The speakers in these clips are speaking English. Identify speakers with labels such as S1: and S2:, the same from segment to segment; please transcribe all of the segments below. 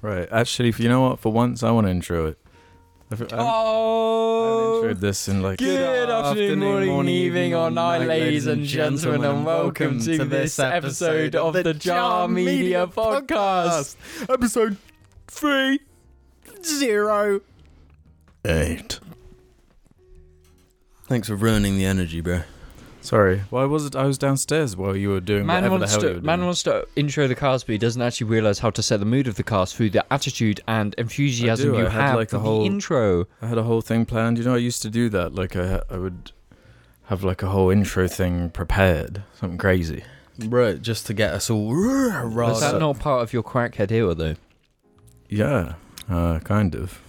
S1: Right. Actually, if you know what, for once, I want to intro it. I f- I
S2: Um,
S1: haven't- I haven't
S2: Oh,
S1: introed this in like.
S2: good afternoon, morning, evening, or night, ladies and gentlemen, and welcome to this episode of the Jar Media Podcast.
S1: Episode three zero eight.
S3: Thanks for ruining the energy, bro.
S1: Sorry, why was it? I was downstairs while you were doing
S2: Man
S1: whatever the
S2: wants,
S1: hell you
S2: to,
S1: were
S2: man
S1: doing.
S2: wants to intro the cast, but he doesn't actually realize how to set the mood of the cast through the attitude and enthusiasm
S1: I do,
S2: you
S1: I had
S2: have
S1: like a
S2: for
S1: whole-
S2: the intro.
S1: I had a whole thing planned. You know, I used to do that. Like I, ha- I would have like a whole intro thing prepared, something crazy.
S3: Bro, just to get us all
S2: Was that
S3: riled up.
S2: not part of your crackhead era, though?
S1: Yeah, uh, kind of.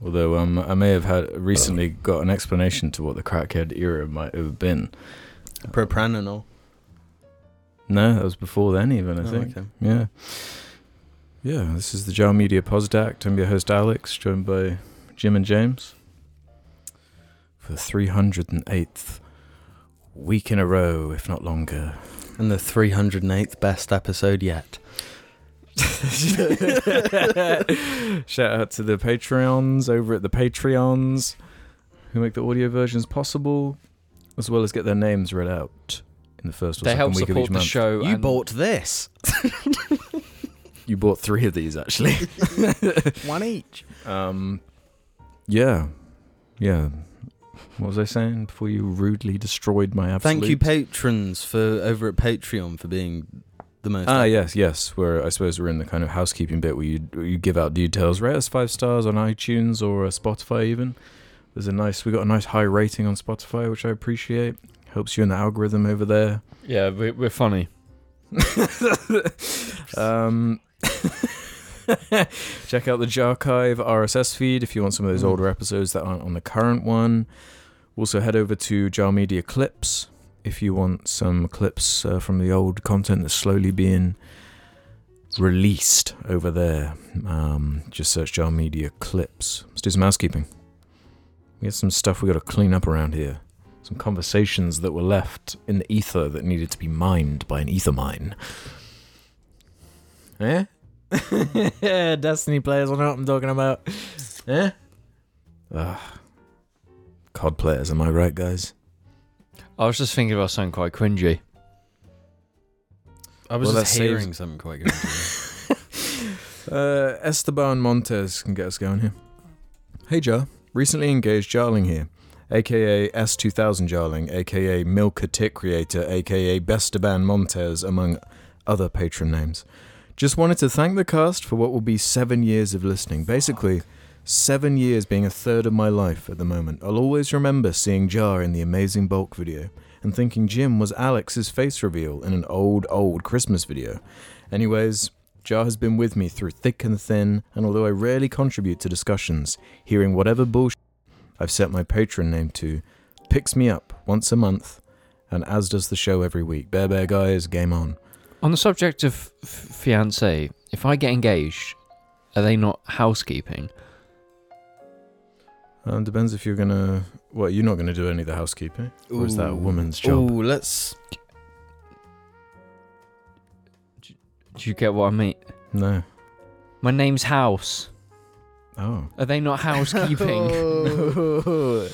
S1: Although um, I may have had recently got an explanation to what the crackhead era might have been.
S3: Propranolol.
S1: No, that was before then, even I
S3: Oh,
S1: think.
S3: okay.
S1: Yeah, yeah. This is the Jar Media Posdact. I'm your host Alex, joined by Jim and James for the 308th week in a row, if not longer.
S3: And the 308th best episode yet.
S1: Shout out to the Patreons over at the Patreons who make the audio versions possible, as well as get their names read out in the first or
S2: They
S1: second
S2: help
S1: week of
S2: support
S1: each
S2: the
S1: month.
S2: show.
S3: you
S2: and-
S3: bought this.
S1: You bought three of these actually.
S3: One each.
S1: um, yeah, yeah. What was I saying before you rudely destroyed my absolute?
S3: Thank you, patrons, for over at Patreon for being the most.
S1: Ah yes, yes. Where I suppose we're in the kind of housekeeping bit where you where you give out details. Rate us five stars on iTunes or uh, Spotify. Even there's a nice we got a nice high rating on Spotify, which I appreciate. Helps you in the algorithm over there.
S2: Yeah, we're, we're funny.
S1: Um, check out the Jarchive RSS feed if you want some of those
S3: Mm.
S1: older episodes that aren't on the current one. Also, head over to Jar Media Clips if you want some clips uh, from the old content that's slowly being released over there. Um, just search Jar Media Clips. Let's do some housekeeping. We got some stuff we got to clean up around here. Some conversations that were left in the ether that needed to be mined by an ether mine. Eh? Destiny players, I know what I'm talking about. Eh? Ugh. COD players, am I right, guys?
S2: I was just thinking about something quite cringy.
S3: I was
S1: Well,
S3: just
S1: that saves-
S3: hearing something quite good.
S1: Uh, Esteban Montez can get us going here. Hey, Jar. Recently engaged Jarling here, aka S2000 Jarling, aka Milka Tit Creator, aka Besteban Montez, among other patron names. Just wanted to thank the cast for what will be seven years of listening. Basically, seven years being a third of my life at the moment. I'll always remember seeing Jar in the Amazing Bulk video and thinking Jim was Alex's face reveal in an old, old Christmas video. Anyways, Jar has been with me through thick and thin, and although I rarely contribute to discussions, hearing whatever bullshit I've set my patron name to picks me up once a month, and as does the show every week. Bear Bear Guys, game on.
S2: On the subject of f- fiance, if I get engaged, are they not housekeeping?
S1: Um, depends if you're gonna. Well, you're not gonna do any of the housekeeping. Or is that a
S3: Ooh.
S1: woman's job?
S3: Ooh, let's.
S2: Do you get what I mean?
S1: No.
S2: My name's House.
S1: Oh.
S2: Are they not housekeeping?
S3: you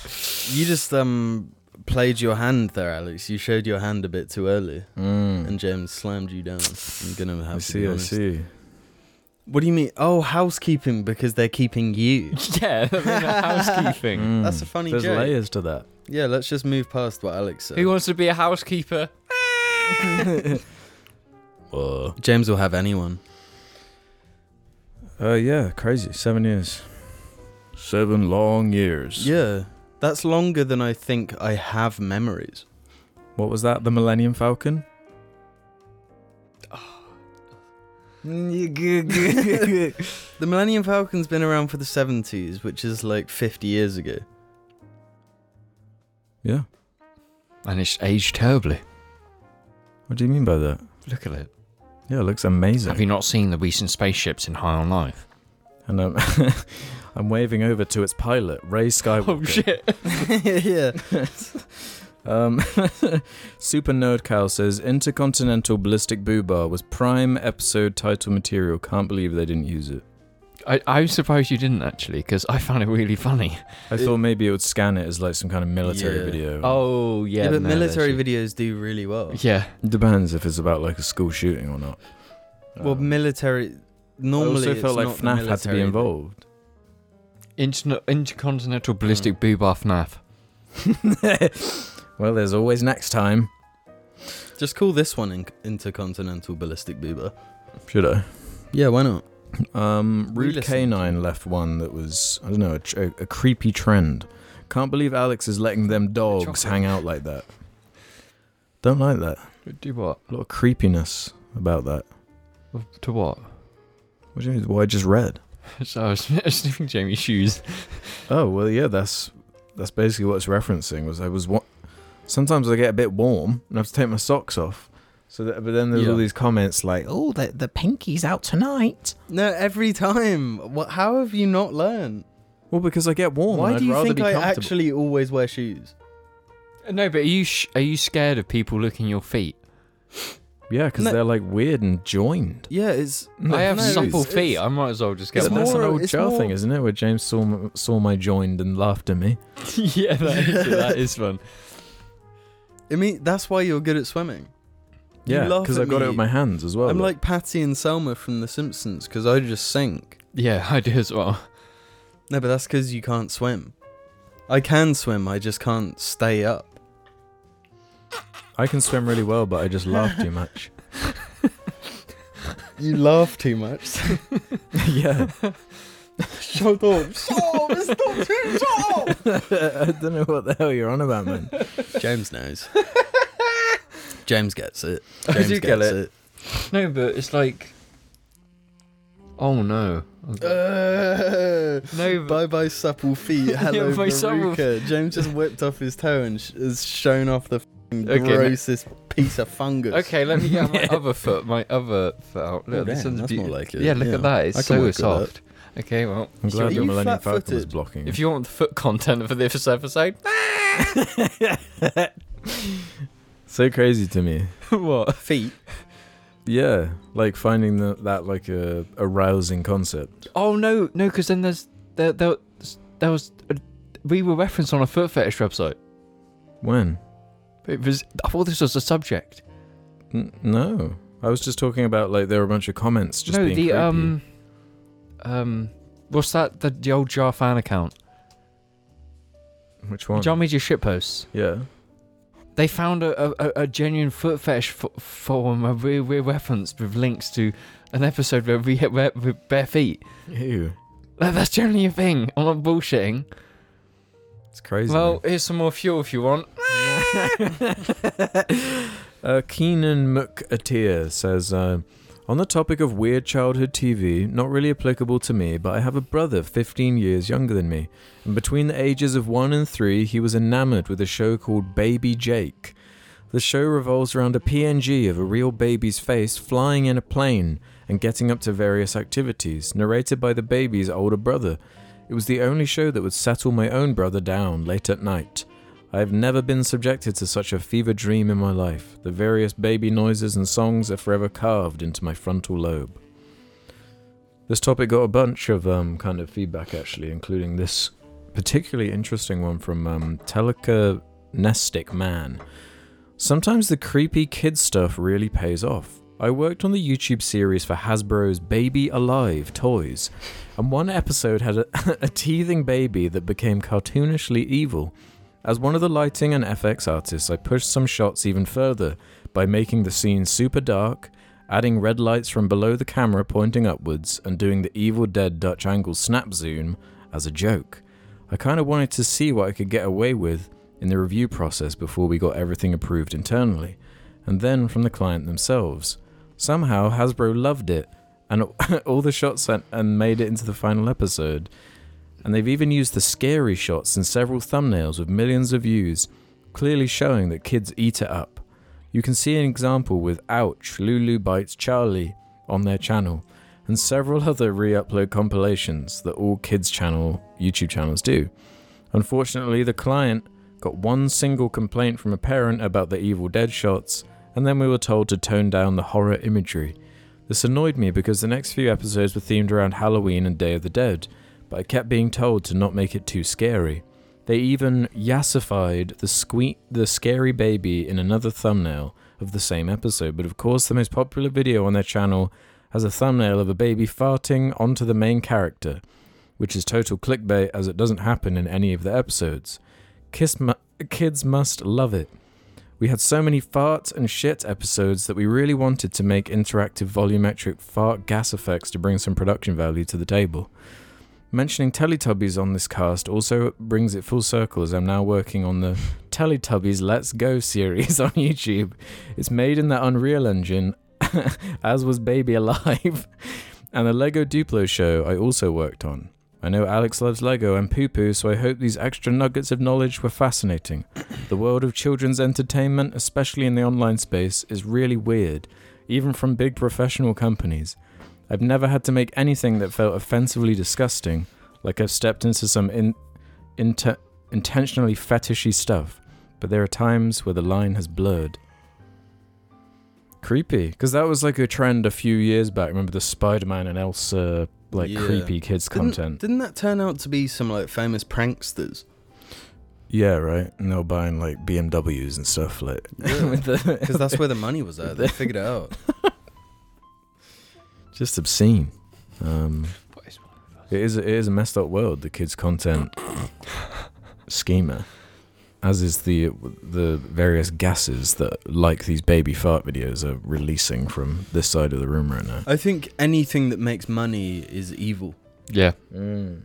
S3: just um played your hand there, Alex. You showed your hand a bit too early,
S1: Mm.
S3: and James slammed you down. I'm gonna have
S1: I
S3: to be
S1: see. I
S3: honest.
S1: see.
S3: What do you mean? Oh, housekeeping because they're keeping you.
S2: yeah, they're not housekeeping.
S1: Mm.
S3: That's a funny
S1: There's
S3: joke.
S1: layers to that.
S3: Yeah, let's just move past what Alex said.
S2: Who wants to be a housekeeper?
S1: Whoa.
S3: James will have anyone.
S1: Uh, yeah, crazy. Seven years. Seven long years.
S3: Yeah, that's longer than I think I have memories.
S1: What was that? The Millennium Falcon?
S3: the Millennium Falcon's been around for the 70s, which is like 50 years ago.
S1: Yeah.
S2: And it's aged terribly.
S1: What do you mean by that?
S2: Look at it.
S1: Yeah, it looks amazing.
S2: Have you not seen the recent spaceships in High on Life?
S1: and um, I'm,
S2: Oh,
S3: Oh,
S1: I'm waving over to its pilot, Ray Skywalker.
S2: shit.
S3: yeah.
S1: Um, Super Nerd Cow says Intercontinental Ballistic Boo Bar was prime episode title material. Can't believe they didn't use it.
S2: I, I'm surprised you didn't actually, because I found it really funny.
S1: I
S3: It-
S1: thought maybe it would scan it as like some kind of military
S3: Yeah.
S1: video.
S2: Oh
S3: Yeah,
S2: yeah,
S3: but
S2: no,
S3: military
S2: that's-
S3: videos do really well.
S2: Yeah,
S1: Depends if it's about like a school shooting or not.
S3: Well,
S1: Um,
S3: military.
S1: I
S3: Normally,
S1: also felt like
S3: it's not the
S1: FNAF had to be
S3: military, but-
S1: involved.
S2: Inter- intercontinental ballistic boo bar FNAF.
S1: well, there's always next time.
S3: Just call this one in- intercontinental ballistic boober.
S1: Should I?
S3: Yeah, why not?
S1: Um, Rude
S3: Re-listen to
S1: Canine left one that was, I don't know, a, tr- a, a creepy trend. Can't believe Alex is letting them dogs
S2: Chocolate.
S1: hang out like that. Don't like that.
S2: Do what?
S1: A lot of creepiness about that.
S2: To what?
S1: What do you mean? What I just read.
S2: So I was sniffing Jamie's shoes.
S1: Oh well, yeah. That's that's basically what it's referencing. Was I was what? Sometimes I get a bit warm and I have to take my socks off. So, that, but then there's all
S3: Yeah.
S1: these comments like, "Oh, the the pinky's out tonight."
S3: No, every time. What? How have you not learned?
S1: Well, because I get warm.
S3: Why
S1: and I'd
S3: do you
S1: rather
S3: think
S1: be
S3: I
S1: comfortable.
S3: actually always wear shoes?
S2: Uh, No, but are you sh- are you scared of people looking at your feet?
S1: Yeah, because
S3: No.
S1: they're like weird and joined.
S3: Yeah, it's.
S2: I have
S3: No,
S2: supple
S3: it's-
S2: feet.
S3: it's-
S2: I might as well just
S1: Yeah,
S2: get
S1: but
S3: It's
S2: one.
S1: that's an
S3: more-
S1: old
S3: it's
S1: Jar
S3: more-
S1: thing, isn't it? Where James saw m- saw my joined and laughed at me.
S2: yeah, that is, that is fun.
S3: I mean, that's why you're good at swimming. You
S1: Yeah,
S3: laugh
S1: because
S3: at
S1: I got it
S3: me.
S1: with my hands as well.
S3: I'm like Patty and Selma from The Simpsons because I just sink.
S2: Yeah, I do as well.
S3: No, but that's because you can't swim. I can swim. I just can't stay up.
S1: I can swim really well, but I just laugh too much.
S3: You laugh too much.
S1: yeah,
S3: Shut up. Stop. It's not too tall.
S1: I don't know what the hell you're on about, man.
S3: James knows. James gets it.
S2: I
S3: James
S2: do
S3: gets
S2: get it. No, but it's like. Oh no.
S3: Uh,
S2: No, but-
S3: bye bye supple feet. Hello,
S2: Yeah, my supple-
S3: Veruca. James just whipped off his toe and sh- has shown off the fing
S2: Okay, no-
S3: grossest piece of fungus.
S2: Okay, let me get my other foot, my other foot out. Look,
S3: Oh,
S2: this
S3: damn,
S2: one's
S3: that's
S2: beau-
S3: more like it.
S2: Yeah, look
S3: Yeah.
S2: at that. It's
S3: I can work
S2: so
S3: with that.
S2: soft. Okay, well,
S1: I'm
S3: Are
S1: glad
S3: you
S1: the Millennium Falcon was
S3: flat-footed?
S1: blocking.
S2: if you want the foot content for this episode,
S1: so crazy to me.
S2: what?
S3: Feet.
S1: Yeah, like finding the, that like a arousing concept.
S2: Oh no, no, because then there's there there, was- there was a, we were referenced on a foot fetish website.
S1: When?
S2: It was I thought this was the subject.
S1: N- no, I was just talking about like there were a bunch of comments just
S2: no, the
S1: being creepy.
S2: um um what's that the, the old Jar fan account?
S1: Which one?
S2: Jar Media shitposts.
S1: yeah.
S2: They found a, a, a genuine foot fetish fo- forum, a real, real reference with links to an episode where we hit bare, with bare feet.
S1: Ew,
S2: That, that's generally a thing. I'm not bullshitting.
S1: it's crazy.
S2: Well, here's some more fuel if you want.
S1: Uh, Keenan McAteer says, uh, on the topic of weird childhood TV, not really applicable to me, but I have a brother 15 years younger than me. And between the ages of 1 and 3, he was enamored with a show called Baby Jake. The show revolves around a PNG of a real baby's face flying in a plane and getting up to various activities, narrated by the baby's older brother. It was the only show that would settle my own brother down late at night. I have never been subjected to such a fever dream in my life. The various baby noises and songs are forever carved into my frontal lobe. This topic got a bunch of um, kind of feedback, actually, including this particularly interesting one from um, Telekinestic Man. Sometimes the creepy kid stuff really pays off. I worked on the YouTube series for Hasbro's Baby Alive toys, and one episode had a, a teething baby that became cartoonishly evil. As one of the lighting and FX artists, I pushed some shots even further by making the scene super dark, adding red lights from below the camera pointing upwards, and doing the Evil Dead Dutch angle snap zoom as a joke. I kind of wanted to see what I could get away with in the review process before we got everything approved internally, and then from the client themselves. Somehow, Hasbro loved it, and all the shots sent and made it into the final episode and they've even used the scary shots in several thumbnails with millions of views, clearly showing that kids eat it up. You can see an example with Ouch, Lulu Bites Charlie on their channel, and several other re upload compilations that all kids' channel YouTube channels do. Unfortunately, the client got one single complaint from a parent about the Evil Dead shots, and then we were told to tone down the horror imagery. This annoyed me because the next few episodes were themed around Halloween and Day of the Dead, but I kept being told to not make it too scary. They even yassified the sque- the scary baby in another thumbnail of the same episode, but of course the most popular video on their channel has a thumbnail of a baby farting onto the main character, which is total clickbait as it doesn't happen in any of the episodes. Kiss mu- kids must love it. We had so many farts and shit episodes that we really wanted to make interactive volumetric fart gas effects to bring some production value to the table. Mentioning Teletubbies on this cast also brings it full circle as I'm now working on the Teletubbies Let's Go series on YouTube. It's made in the Unreal Engine, as was Baby Alive, and the Lego Duplo show I also worked on. I know Alex loves Lego and poo poo, so I hope these extra nuggets of knowledge were fascinating. The world of children's entertainment, especially in the online space, is really weird, even from big professional companies. I've never had to make anything that felt offensively disgusting, like I've stepped into some in, inte- intentionally fetishy stuff, but there are times where the line has blurred. Creepy, because that was like a trend a few years back. Remember the Spider Man and Elsa, like
S3: Yeah.
S1: creepy kids
S3: Didn't-
S1: content?
S3: Didn't that turn out to be some like famous pranksters?
S1: Yeah, right. And they were buying like BMWs and stuff like. with the-
S3: Because that's where the money was at. They figured it out.
S1: just obscene. Um,
S2: What is one of us?
S1: it is it is a messed up world. The kids' content schema, as is the the various gases that, like these baby fart videos, are releasing from this side of the room right now.
S3: I think anything that makes money is evil.
S2: Yeah,
S1: Mm.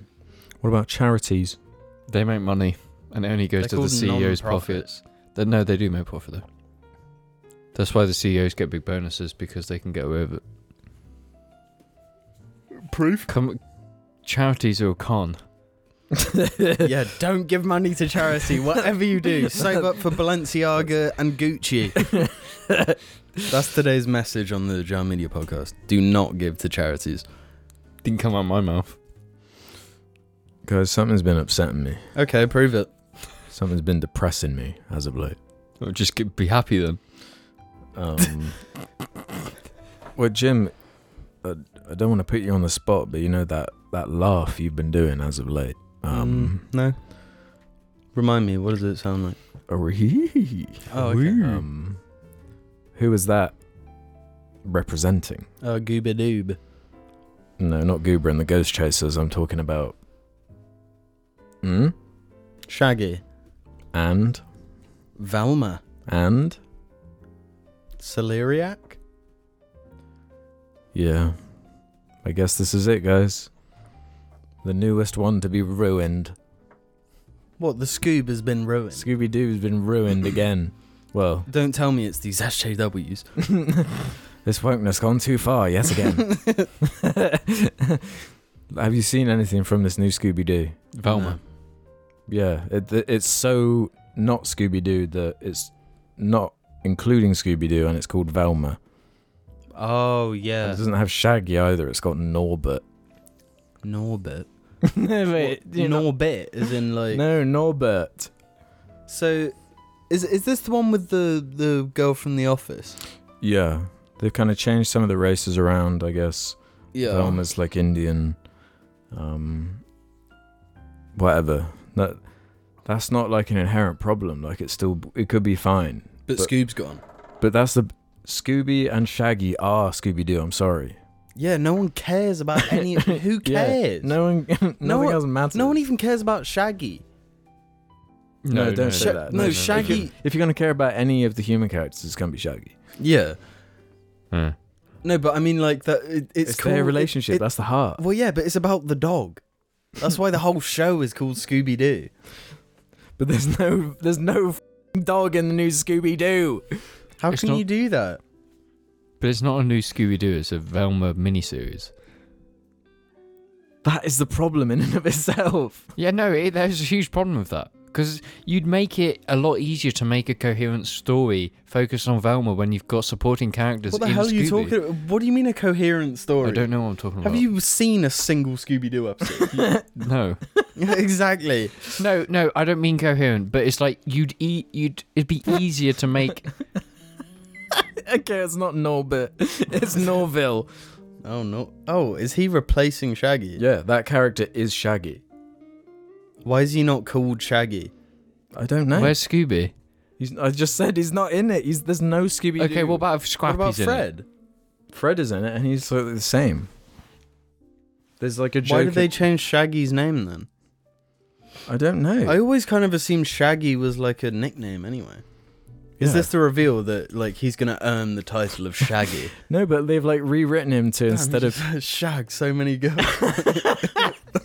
S1: What about charities?
S2: they make money, and it only goes
S3: They're
S2: to the
S3: called
S2: CEO's
S3: non-profits.
S2: profits. They- no, they do make profit though. That's why the CEOs get big bonuses because they can get away with it.
S3: Proof?
S2: Come, charities are a con.
S3: yeah, don't give money to charity. Whatever you do, save up for Balenciaga and Gucci. That's today's message on the Jar Media podcast. Do not give to charities.
S2: Didn't come out my mouth.
S1: Guys, something's been upsetting me.
S3: Okay, prove it.
S1: Something's been depressing me as of late.
S2: Or just get, be happy then.
S1: Um, well, Jim, I, I don't want to put you on the spot, but you know that that laugh you've been doing as of late. Um,
S3: Mm, no. Remind me, what does it sound like? Oh, okay.
S1: um, who is that representing?
S3: Oh, gooba doob.
S1: No, not Goober and the Ghost Chasers. I'm talking about. Hmm?
S3: Shaggy.
S1: And?
S3: Valma.
S1: And?
S3: Celeriac?
S1: Yeah. I guess this is it, guys. The newest one to be ruined.
S3: What, the Scoob has been ruined?
S1: Scooby Doo's been ruined again. Well,
S3: Don't tell me it's these SJWs.
S1: this wokeness gone too far yet again. Have you seen anything from this new Scooby Doo?
S2: Velma.
S1: Yeah, it, it- it's so not Scooby Doo that it's not including Scooby Doo, and it's called Velma.
S3: No. Oh,
S1: And
S3: yeah.
S1: It doesn't have Shaggy either. It's got Norbert.
S3: Norbit.
S1: no,
S3: What, Norbit, is in like.
S1: no, Norbert.
S3: So, is is this the one with the the girl from the office?
S1: Yeah, they've kind of changed some of the races around, I guess. Velma's like Indian. Um, whatever. That that's not like an inherent problem. Like it's still it could be fine.
S3: um, but,
S1: but-
S3: Scoob's gone.
S1: But that's the Scooby and Shaggy are Scooby Doo. I'm sorry.
S3: Yeah, no one cares about any. who
S1: Yeah,
S3: cares?
S1: No one. nothing
S3: one-
S1: else matters.
S3: no one even cares about Shaggy.
S1: No, don't say
S3: Sha-
S1: that.
S3: no, Shaggy-
S1: If you're, if you're gonna care about any of the human characters, it's gonna be Shaggy.
S3: Yeah.
S2: Yeah.
S3: No, but I mean, like that. It, it's
S1: It's,
S3: cool.
S1: their
S3: It-
S1: relationship.
S3: it-
S1: that's the heart.
S3: well, yeah, but it's about the dog. That's why the whole show is called Scooby Doo.
S1: But there's no there's no f***ing dog in the new Scooby Doo.
S3: How
S2: It's
S3: can
S2: not-
S3: you do that?
S2: But it's not a new Scooby Doo, it's a Velma miniseries.
S1: That is the problem in and of itself.
S2: Yeah, no, it, there's a huge problem with that. Because you'd make it a lot easier to make a coherent story focused on Velma when you've got supporting characters.
S3: What the
S2: in
S3: hell are you
S2: Scooby.
S3: talking about? What do you mean a coherent story?
S2: I don't know what I'm talking
S3: Have
S2: about.
S3: you seen a single Scooby Doo episode?
S2: No,
S3: exactly.
S2: no, no. I don't mean coherent, but it's like you'd eat. You'd it'd be easier to make.
S1: Okay, it's not Norbit. It's Norville.
S3: Oh no. Oh, is he replacing Shaggy?
S1: Yeah, that character is Shaggy.
S3: Why is he not called Shaggy?
S1: I don't know.
S2: Where's Scooby?
S1: He's, I just said he's not in it. He's there's no Scooby.
S2: Okay, what about if
S3: What
S2: Scrappy's
S3: about
S2: in it?
S3: Fred?
S1: Fred is in it, and he's sort of the same. There's like a joke.
S3: Why did they change Shaggy's name then?
S1: I don't know.
S3: I always kind of assumed Shaggy was like a nickname anyway. Is
S1: Yeah.
S3: this the reveal that like he's gonna earn the title of Shaggy?
S1: No, but they've like rewritten him to instead of
S3: of Shag, so many girls.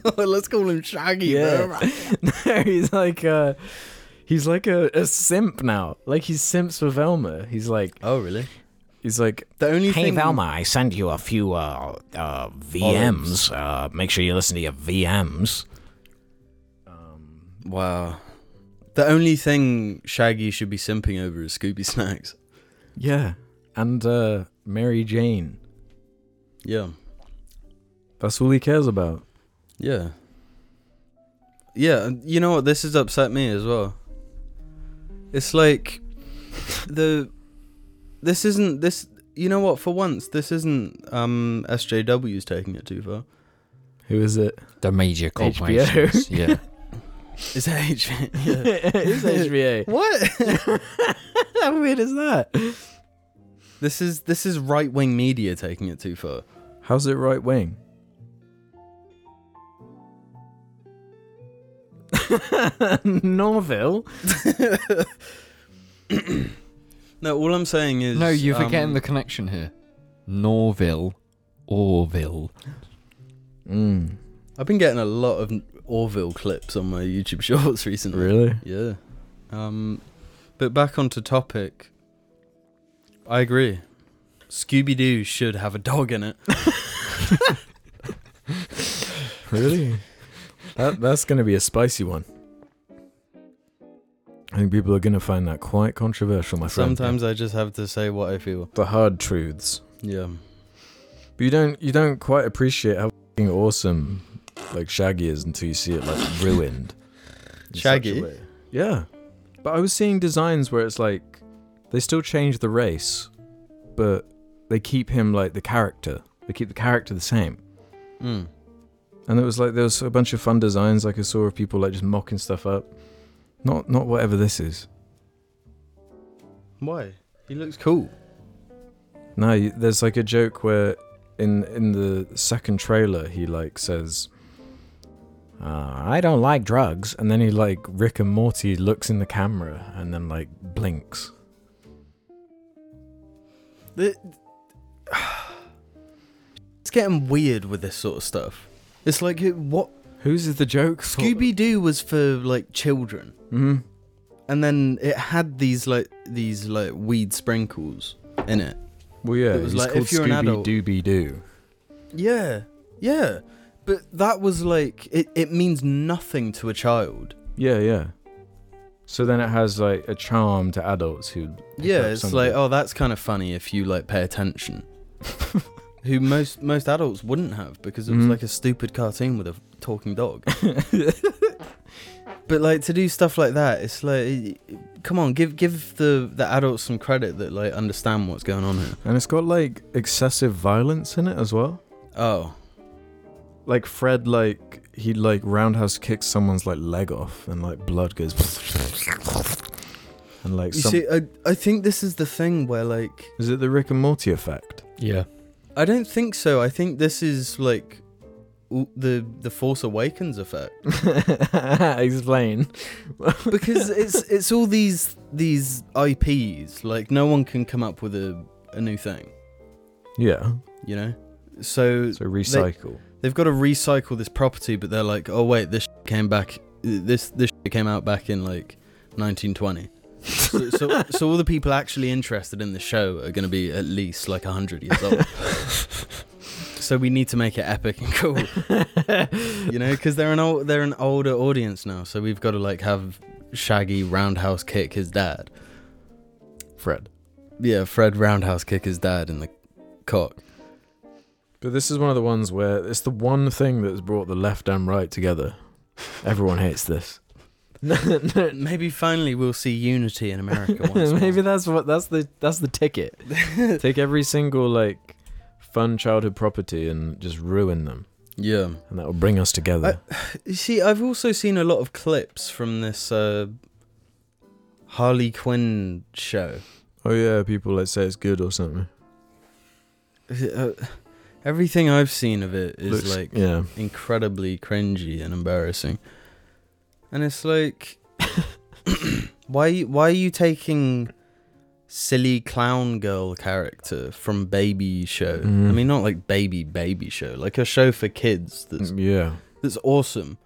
S3: Let's call him Shaggy.
S1: Yeah.
S3: bro.
S1: no, he's like uh he's like a, a simp now. Like he simps with Velma. He's like
S3: Oh really?
S1: he's like
S3: The only
S4: Hey
S3: thing
S4: Velma, I sent you a few uh, uh,
S1: Oh,
S4: VMs. Uh, make sure you listen to your Um, VMs.
S3: Wow. The only thing Shaggy should be simping over is Scooby Snacks.
S1: yeah. And uh Mary Jane.
S3: Yeah.
S1: That's all he cares about.
S3: Yeah. Yeah, and you know what? This has upset me as well. It's like the this isn't this. You know what? For once, this isn't um SJW's taking it too far.
S1: Who is it?
S2: The major corporations. yeah.
S3: It's H. yeah.
S1: it is HBA.
S3: What?
S1: How weird is that?
S3: this is this is right wing media taking it too far.
S1: How's it right wing? Norville?
S3: No, all I'm saying is
S2: No, you're
S3: um,
S2: forgetting the connection here. Norville, Orville.
S1: Mm,
S3: I've been getting a lot of Orville clips on my YouTube Shorts recently.
S1: really?
S3: Yeah. Um, but back onto topic. I agree. Scooby Doo should have a dog in it.
S1: Really? that that's going to be a spicy one. I think people are going to find that quite controversial, my friend.
S3: Sometimes I just have to say what I feel.
S1: the hard truths,
S3: Yeah.
S1: but you don't you don't quite appreciate how fing awesome like Shaggy is until you see it like ruined. in such a
S3: Shaggy?
S1: way. Yeah, but I was seeing designs where it's like they still change the race, but they keep him like the character. They keep the character the same.
S3: Mm.
S1: and it was like there was a bunch of fun designs like I saw of people like just mocking stuff up. Not not whatever this is.
S3: Why? He looks cool.
S1: No, you- there's like a joke where in in the second trailer he like says, uh, "I don't like drugs," and then he like Rick and Morty looks in the camera and then like blinks.
S3: The- it's getting weird with this sort of stuff. It's like it- what
S1: Whose is the joke?
S3: Scooby Doo was for like children,
S1: hmm
S3: and then it had these like these like weed sprinkles in it.
S1: Well, yeah,
S3: It was
S1: he's
S3: like,
S1: called
S3: if you're an
S1: Scooby
S3: adult-
S1: Dooby Doo.
S3: Yeah, yeah. But that was like it, it means nothing to a child.
S1: Yeah, yeah. So then it has like a charm to adults who. pick
S3: yeah,
S1: up
S3: it's
S1: some of
S3: like,
S1: it.
S3: oh that's kinda funny if you like pay attention. Who most most adults wouldn't have because it was
S1: Mhm.
S3: like a stupid cartoon with a talking dog. but like to do stuff like that, it's like come on, give give the, the adults some credit that like understand what's going on here.
S1: and it's got like excessive violence in it as well.
S3: Oh.
S1: like Fred like he like roundhouse kicks someone's like leg off and like blood goes and like
S3: You
S1: some
S3: see, I I think this is the thing where like
S1: is it the Rick and Morty effect?
S2: Yeah.
S3: I don't think so. I think this is like w- the the Force Awakens effect
S1: Explain.
S3: because it's it's all these these IPs. Like no one can come up with a a new thing,
S1: Yeah.
S3: you know. So
S1: So recycle.
S3: they've got to recycle this property, but they're like, oh wait, this came back. This this came out back in like 1920. so, so, so all the people actually interested in the show are going to be at least like 100 years old. so we need to make it epic and cool. you know, because they're an old, they're an older audience now, so we've got to like have Shaggy roundhouse kick his dad.
S1: Fred.
S3: Yeah, Fred roundhouse kick his dad in the cock.
S1: But this is one of the ones where it's the one thing that's brought the left and right together. Everyone hates this.
S3: Maybe finally we'll see unity in America once more.
S1: Maybe that's what that's the that's the ticket. Take every single like fun childhood property and just ruin them,
S3: Yeah.
S1: and that will bring us together.
S3: You see, I've also seen a lot of clips from this uh, Harley Quinn show.
S1: oh yeah, people like say it's good or something.
S3: Uh, everything I've seen of it is
S1: Looks-
S3: like
S1: yeah,
S3: incredibly cringy and embarrassing. And it's like, why why are you taking silly clown girl character from baby show? I
S1: Mhm.
S3: mean, not like baby baby show, like a show for kids that's
S1: yeah.
S3: that's awesome.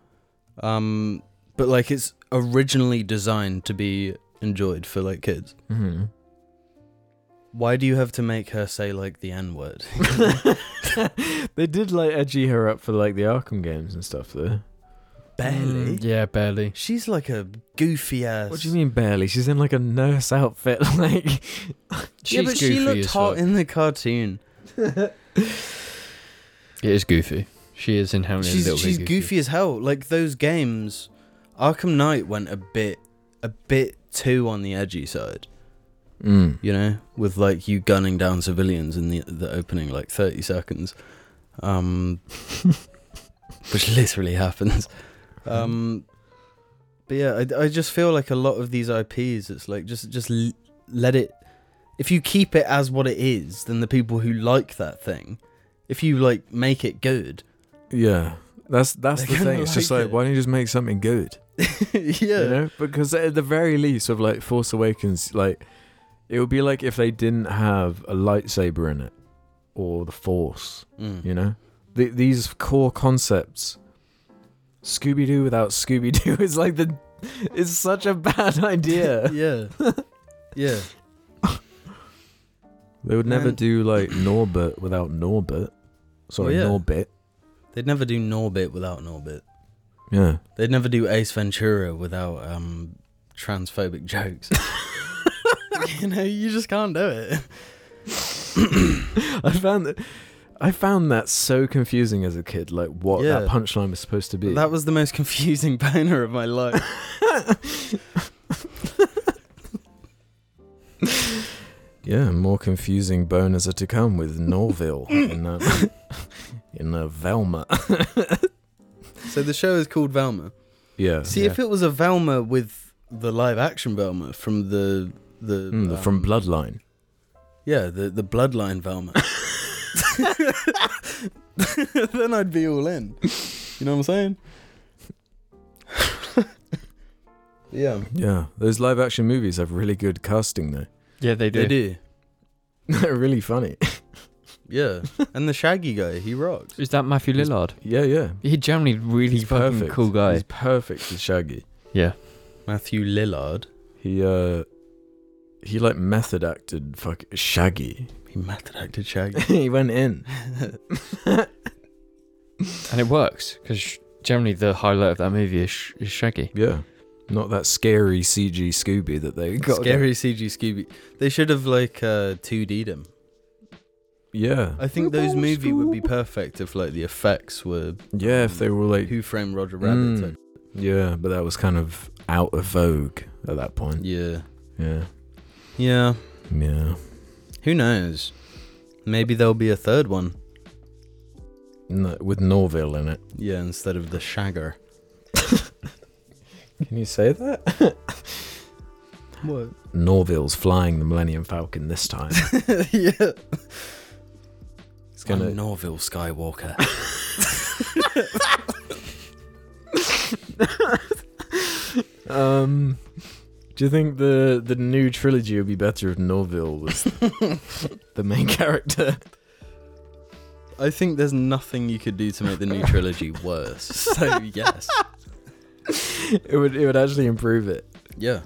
S3: Um, but like it's originally designed to be enjoyed for like kids.
S1: hmm
S3: Why do you have to make her say like the N word?
S1: they did like edgy her up for like the Arkham games and stuff though.
S3: Barely.
S2: Mm, Yeah, barely.
S3: She's like a goofy ass.
S1: Mm. What do you mean barely? She's in like a nurse outfit, like
S3: yeah, but she looked hot in the cartoon.
S2: It is goofy. She is inherently a
S3: she's
S2: little
S3: she's
S2: bit
S3: goofy. as hell. Like those games, Arkham Knight went a bit, a bit too on the edgy side.
S1: mm.
S3: You know, with like you gunning down civilians in the the opening like thirty seconds, um, which literally happens. Um, but yeah, I, I just feel like a lot of these IPs, it's like just just l- let it. If you keep it as what it is, then the people who like that thing, if you like make it good,
S1: yeah. That's that's
S3: They're
S1: the
S3: gonna
S1: thing. It's just
S3: like
S1: like
S3: it.
S1: why don't you just make something good?
S3: yeah,
S1: You know? Because at the very least of like Force Awakens, like it would be like if they didn't have a lightsaber in it or the Force.
S3: Mm.
S1: You know, Th these core concepts. Scooby Doo without Scooby Doo is like the is such a bad idea.
S3: yeah, yeah.
S1: they would never
S3: And-
S1: do like Norbert without Norbert. Sorry,
S3: Well, Oh, yeah.
S1: Norbit.
S3: They'd never do Norbit without Norbit.
S1: Yeah.
S3: They'd never do Ace Ventura without um, transphobic jokes. you know, you just can't do it.
S1: I found that I found that so confusing as a kid, like what
S3: Yeah.
S1: that punchline was supposed to be.
S3: That was the most confusing banner of my life.
S1: Yeah, more confusing boners are to come with Norville in a, in a Velma.
S3: so the show is called Velma.
S1: Yeah,
S3: See, if it was a Velma with the live action Velma from the the
S1: Mm, the- from
S3: um,
S1: Bloodline.
S3: yeah the the Bloodline Velma, then I'd be all in. You know what I'm saying? yeah,
S1: Yeah, those live action movies have really good casting though.
S2: Yeah, they do.
S3: they do.
S1: They're really funny.
S3: Yeah, and the Shaggy guy, he rocked.
S2: Is that Matthew
S1: He's-
S2: Lillard?
S1: Yeah, yeah.
S2: He generally really
S1: He's
S2: fucking
S1: perfect.
S2: cool guy.
S1: He's perfect as Shaggy.
S2: yeah.
S3: Matthew Lillard.
S1: He uh, he like method acted fuck Shaggy.
S3: He method acted Shaggy.
S1: he went in.
S2: And it works because generally the highlight of that movie is, sh- is Shaggy.
S1: Yeah. Not that scary CG Scooby that they got.
S3: Scary CG Scooby. They should have like uh, 2D'd him.
S1: Yeah.
S3: I think those movie would be perfect if like the effects were
S1: Yeah, if they were like.
S3: Who Framed Roger Rabbit.
S1: Mm.
S3: type.
S1: Yeah, but that was kind of out of vogue at that point.
S3: Yeah,
S1: Yeah.
S3: yeah.
S1: Yeah.
S3: Who knows? Maybe there'll be a third one.
S1: No, with Norville in it.
S3: Yeah, instead of the Shagger.
S1: Can you say that?
S3: What?
S1: Norville's flying the Millennium Falcon this time.
S3: yeah.
S1: It's gonna.
S3: Norville Skywalker.
S1: um. Do you think the the new trilogy would be better if Norville was the main character?
S3: I think there's nothing you could do to make the new trilogy worse. So yes.
S1: It would it would actually improve it.
S3: Yeah.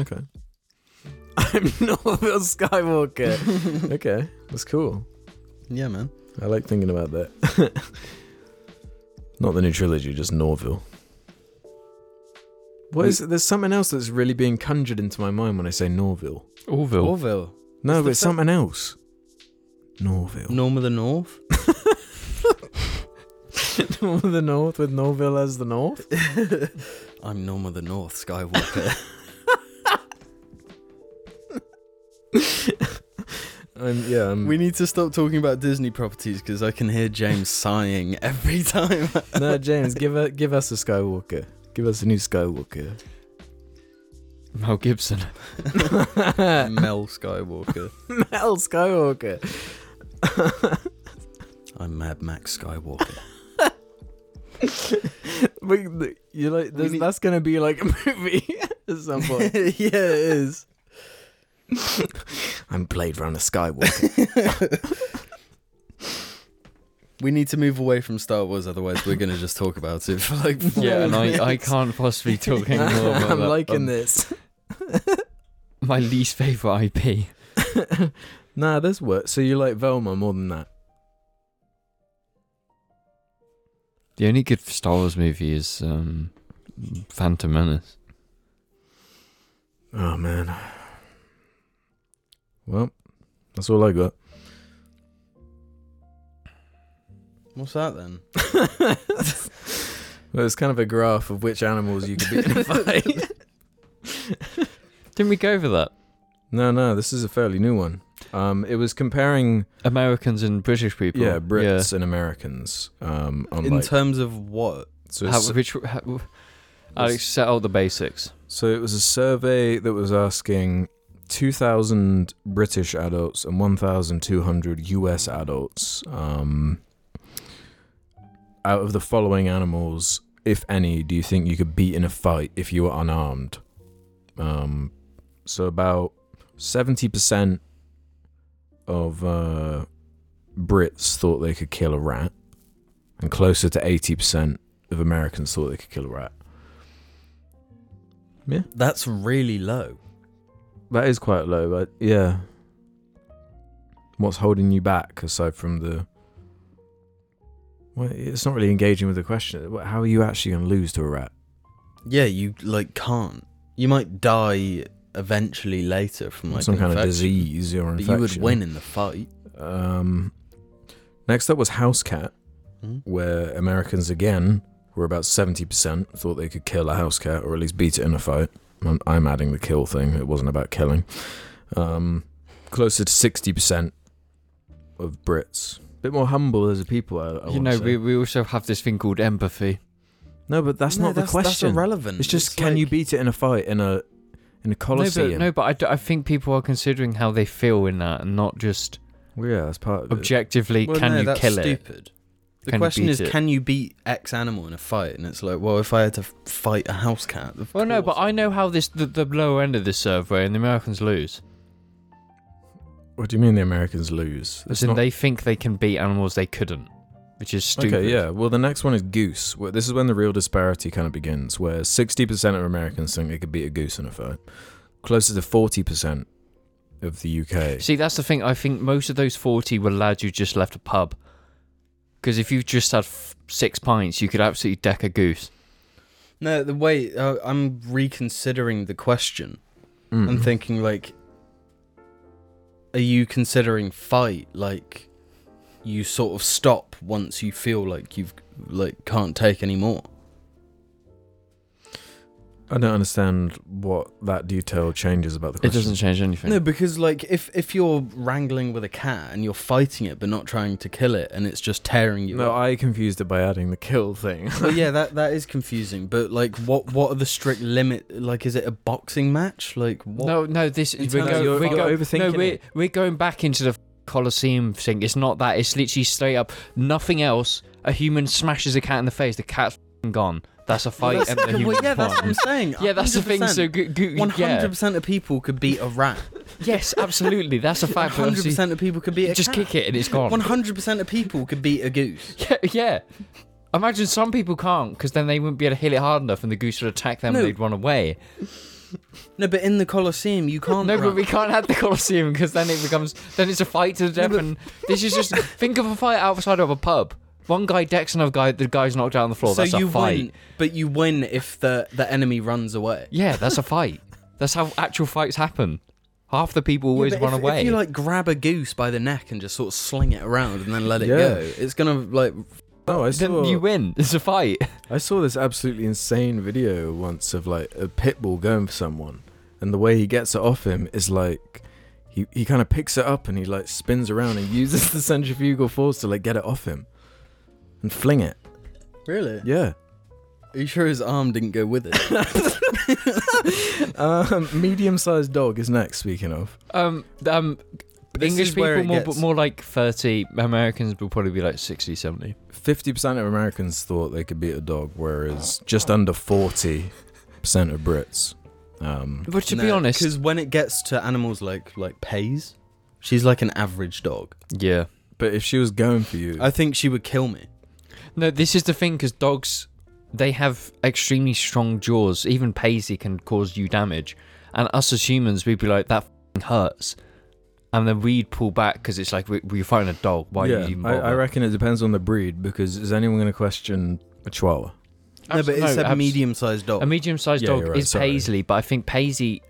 S1: Okay. I'm Norville Skywalker. okay, that's cool.
S3: Yeah, man.
S1: I like thinking about that. Not the new trilogy, just Norville. What
S3: We-
S1: is it? There's something else that's really being conjured into my mind when I say Norville.
S2: Orville.
S3: Orville.
S1: No,
S3: It's the
S1: but it's
S3: fir-
S1: something else. Norville.
S3: Norm of the North.
S1: North of the North with Norville as the North?
S3: I'm Norm of the North Skywalker.
S1: And yeah, I'm,
S3: we need to stop talking about Disney properties because I can hear James sighing every time.
S1: no, James, give us give us a Skywalker. Give us a new Skywalker.
S2: Mel Gibson.
S3: Mel Skywalker.
S1: Mel Skywalker.
S3: I'm Mad Max Skywalker.
S1: But you like
S3: We
S1: this,
S3: need-
S1: that's gonna be like a movie at some
S3: yeah,
S1: point.
S3: it is.
S1: I'm Blade Runner Skywalker.
S3: We need to move away from Star Wars, otherwise we're gonna just talk about it for like four
S2: Yeah, and
S3: minutes.
S2: I, I can't possibly talk anymore about
S1: I'm
S2: that.
S1: liking
S2: Um,
S1: this.
S2: My least favourite IP.
S1: nah, this works. So you like Velma more than that?
S2: The only good Star Wars movie is um, Phantom Menace.
S1: Oh man. Well, that's all I got.
S3: What's that then?
S1: well, it's kind of a graph of which animals you could be in a fight.
S2: Didn't we go over that?
S1: no, no, this is a fairly new one. Um, it was comparing
S2: Americans and British people.
S1: yeah Brits and Americans. Um, on
S3: In
S1: like,
S3: terms of what?
S1: so,
S2: How,
S1: it's-
S2: which, how, Alex set out the basics.
S1: so it was a survey that was asking 2,000 British adults and 1,200 U.S. adults um, out of the following animals, if any, do you think you could beat in a fight if you were unarmed? Um, so about 70% of uh, Brits thought they could kill a rat, and closer to 80% of Americans thought they could kill a rat.
S3: That's really low.
S1: That is quite low, but yeah. What's holding you back aside from the? Well, it's not really engaging with the question. What- How are you actually going to lose to a rat?
S3: Yeah, you like can't. You might die eventually later from like
S1: Some
S3: an
S1: kind of
S3: infection,
S1: disease or
S3: but
S1: infection.
S3: you would win in the fight.
S1: Um, next up was house cat,
S3: Hmm?
S1: where Americans again were about seventy percent thought they could kill a house cat or at least beat it in a fight. I'm, I'm adding the kill thing. It wasn't about killing. Um, closer to sixty percent of Brits. Bit more humble as a people. I, I
S2: you
S1: wanna
S2: know,
S1: say.
S2: we, we also have this thing called empathy.
S1: no, but that's
S3: No,
S1: not the question.
S3: That's irrelevant.
S1: it's just can you
S3: like-
S1: beat it in a fight in a in a coliseum?
S2: No, but, no, but I, d- I think people are considering how they feel in that and not just
S1: Well, yeah, that's part of it.
S2: objectively,
S3: Well,
S2: can
S3: no,
S2: you
S3: that's
S2: kill it?
S3: stupid. The
S2: Can you
S3: question
S2: beat
S3: is,
S2: it?
S3: can you beat X animal in a fight? And it's like, well, if I had to f- fight a house cat. of
S2: Well, no,
S3: course
S2: but I know how this the, the lower end of this survey and the Americans lose.
S1: What do you mean the Americans lose?
S2: As in, they think they can beat animals they couldn't, which is stupid.
S1: Okay, yeah. Well, the next one is goose. Well, This is when the real disparity kind of begins, where 60% of Americans think they could beat a goose in a fight, closer to 40% of the UK.
S2: See, that's the thing. I think most of those 40 were lads who just left a pub. Because if you just had f- six pints, you could absolutely deck a goose.
S3: No, the way uh, I'm reconsidering the question
S1: Mm.
S3: and thinking like, are you considering fight like you sort of stop once you feel like you've like can't take anymore?
S1: I don't understand what that detail changes about the
S2: It
S1: question.
S2: doesn't change anything.
S3: No, because like if if you're wrangling with a cat and you're fighting it but not trying to kill it and it's just tearing you.
S1: No,
S3: up,
S1: I confused it by adding the kill thing.
S3: well, yeah, that that is confusing. But like, what what are the strict limit? Like, is it a boxing match? Like, what?
S2: No, no, this
S3: In
S2: is
S3: terms
S2: we're,
S3: of
S2: going,
S3: your-
S2: we're,
S3: you're
S2: go-
S1: overthinking
S2: no, we're,
S1: it.
S2: we're going back into the Colosseum thing. It's not that. It's literally straight up nothing else. A human smashes a cat in the face. The cat's fing gone. That's a fight.
S3: Well, that's-
S2: and the human's
S3: well, yeah, that's what I'm
S2: won.
S3: saying.
S2: yeah, that's the thing. So, go, go,
S3: One
S2: yeah.
S3: hundred percent of people could beat a rat.
S2: yes, absolutely. That's a
S3: One
S2: fact. but
S3: hundred
S2: obviously,
S3: percent of people could beat a
S2: Just
S3: cat.
S2: kick it and it's gone.
S3: One hundred percent of people could beat a goose.
S2: Yeah, yeah. Imagine some people can't because then they wouldn't be able to hit it hard enough and the goose would attack them
S3: No.
S2: and they'd run away.
S3: No, but in the Colosseum you can't.
S2: No, but
S3: run.
S2: we can't have the Colosseum because then it becomes then it's a fight to the death. and this is just think of a fight outside of a pub. One guy decks another guy. The guy's knocked down on the floor.
S3: so
S2: that's
S3: you
S2: a fight.
S3: win, but you win if the the enemy runs away.
S2: Yeah, that's a fight. that's how actual fights happen. Half the people always
S3: Yeah, but
S2: run
S3: if,
S2: away.
S3: If you like grab a goose by the neck and just sort of sling it around and then let it
S1: Yeah.
S3: go, it's gonna like
S1: Oh, I
S2: then
S1: saw,
S2: you win. It's a fight.
S1: I saw this absolutely insane video once of like a pit bull going for someone, and the way he gets it off him is like he, he kind of picks it up and he like spins around and uses the centrifugal force to like get it off him and fling it.
S3: really.
S1: Yeah.
S3: Are you sure his arm didn't go with it?
S1: Um, medium-sized dog is next. Speaking of,
S2: Um, um,
S3: This
S2: English
S3: is where
S2: people
S3: it
S2: more
S3: gets-
S2: more like thirty. Americans will probably be like 60, 70.
S1: fifty percent of Americans thought they could beat a dog, whereas just under forty percent of Brits. Um,
S2: But to be honest,
S3: because when it gets to animals like like Pays, she's like an average dog.
S2: yeah.
S1: but if she was going for you,
S3: I think she would kill me.
S2: No, this is the thing because dogs, they have extremely strong jaws. Even Paisley can cause you damage, and us as humans, we'd be like that fing hurts, and then we'd pull back because it's like we, we're fighting a dog. Why
S1: yeah,
S2: are you even
S1: I,
S2: bother?
S1: I reckon it depends on the breed because is anyone going to question a Chihuahua?
S3: no, but it's
S2: no,
S3: a
S2: abs-
S3: medium-sized dog.
S2: A medium-sized
S1: Yeah,
S2: dog
S1: you're right,
S2: is
S1: sorry.
S2: Paisley, but I think Paisley,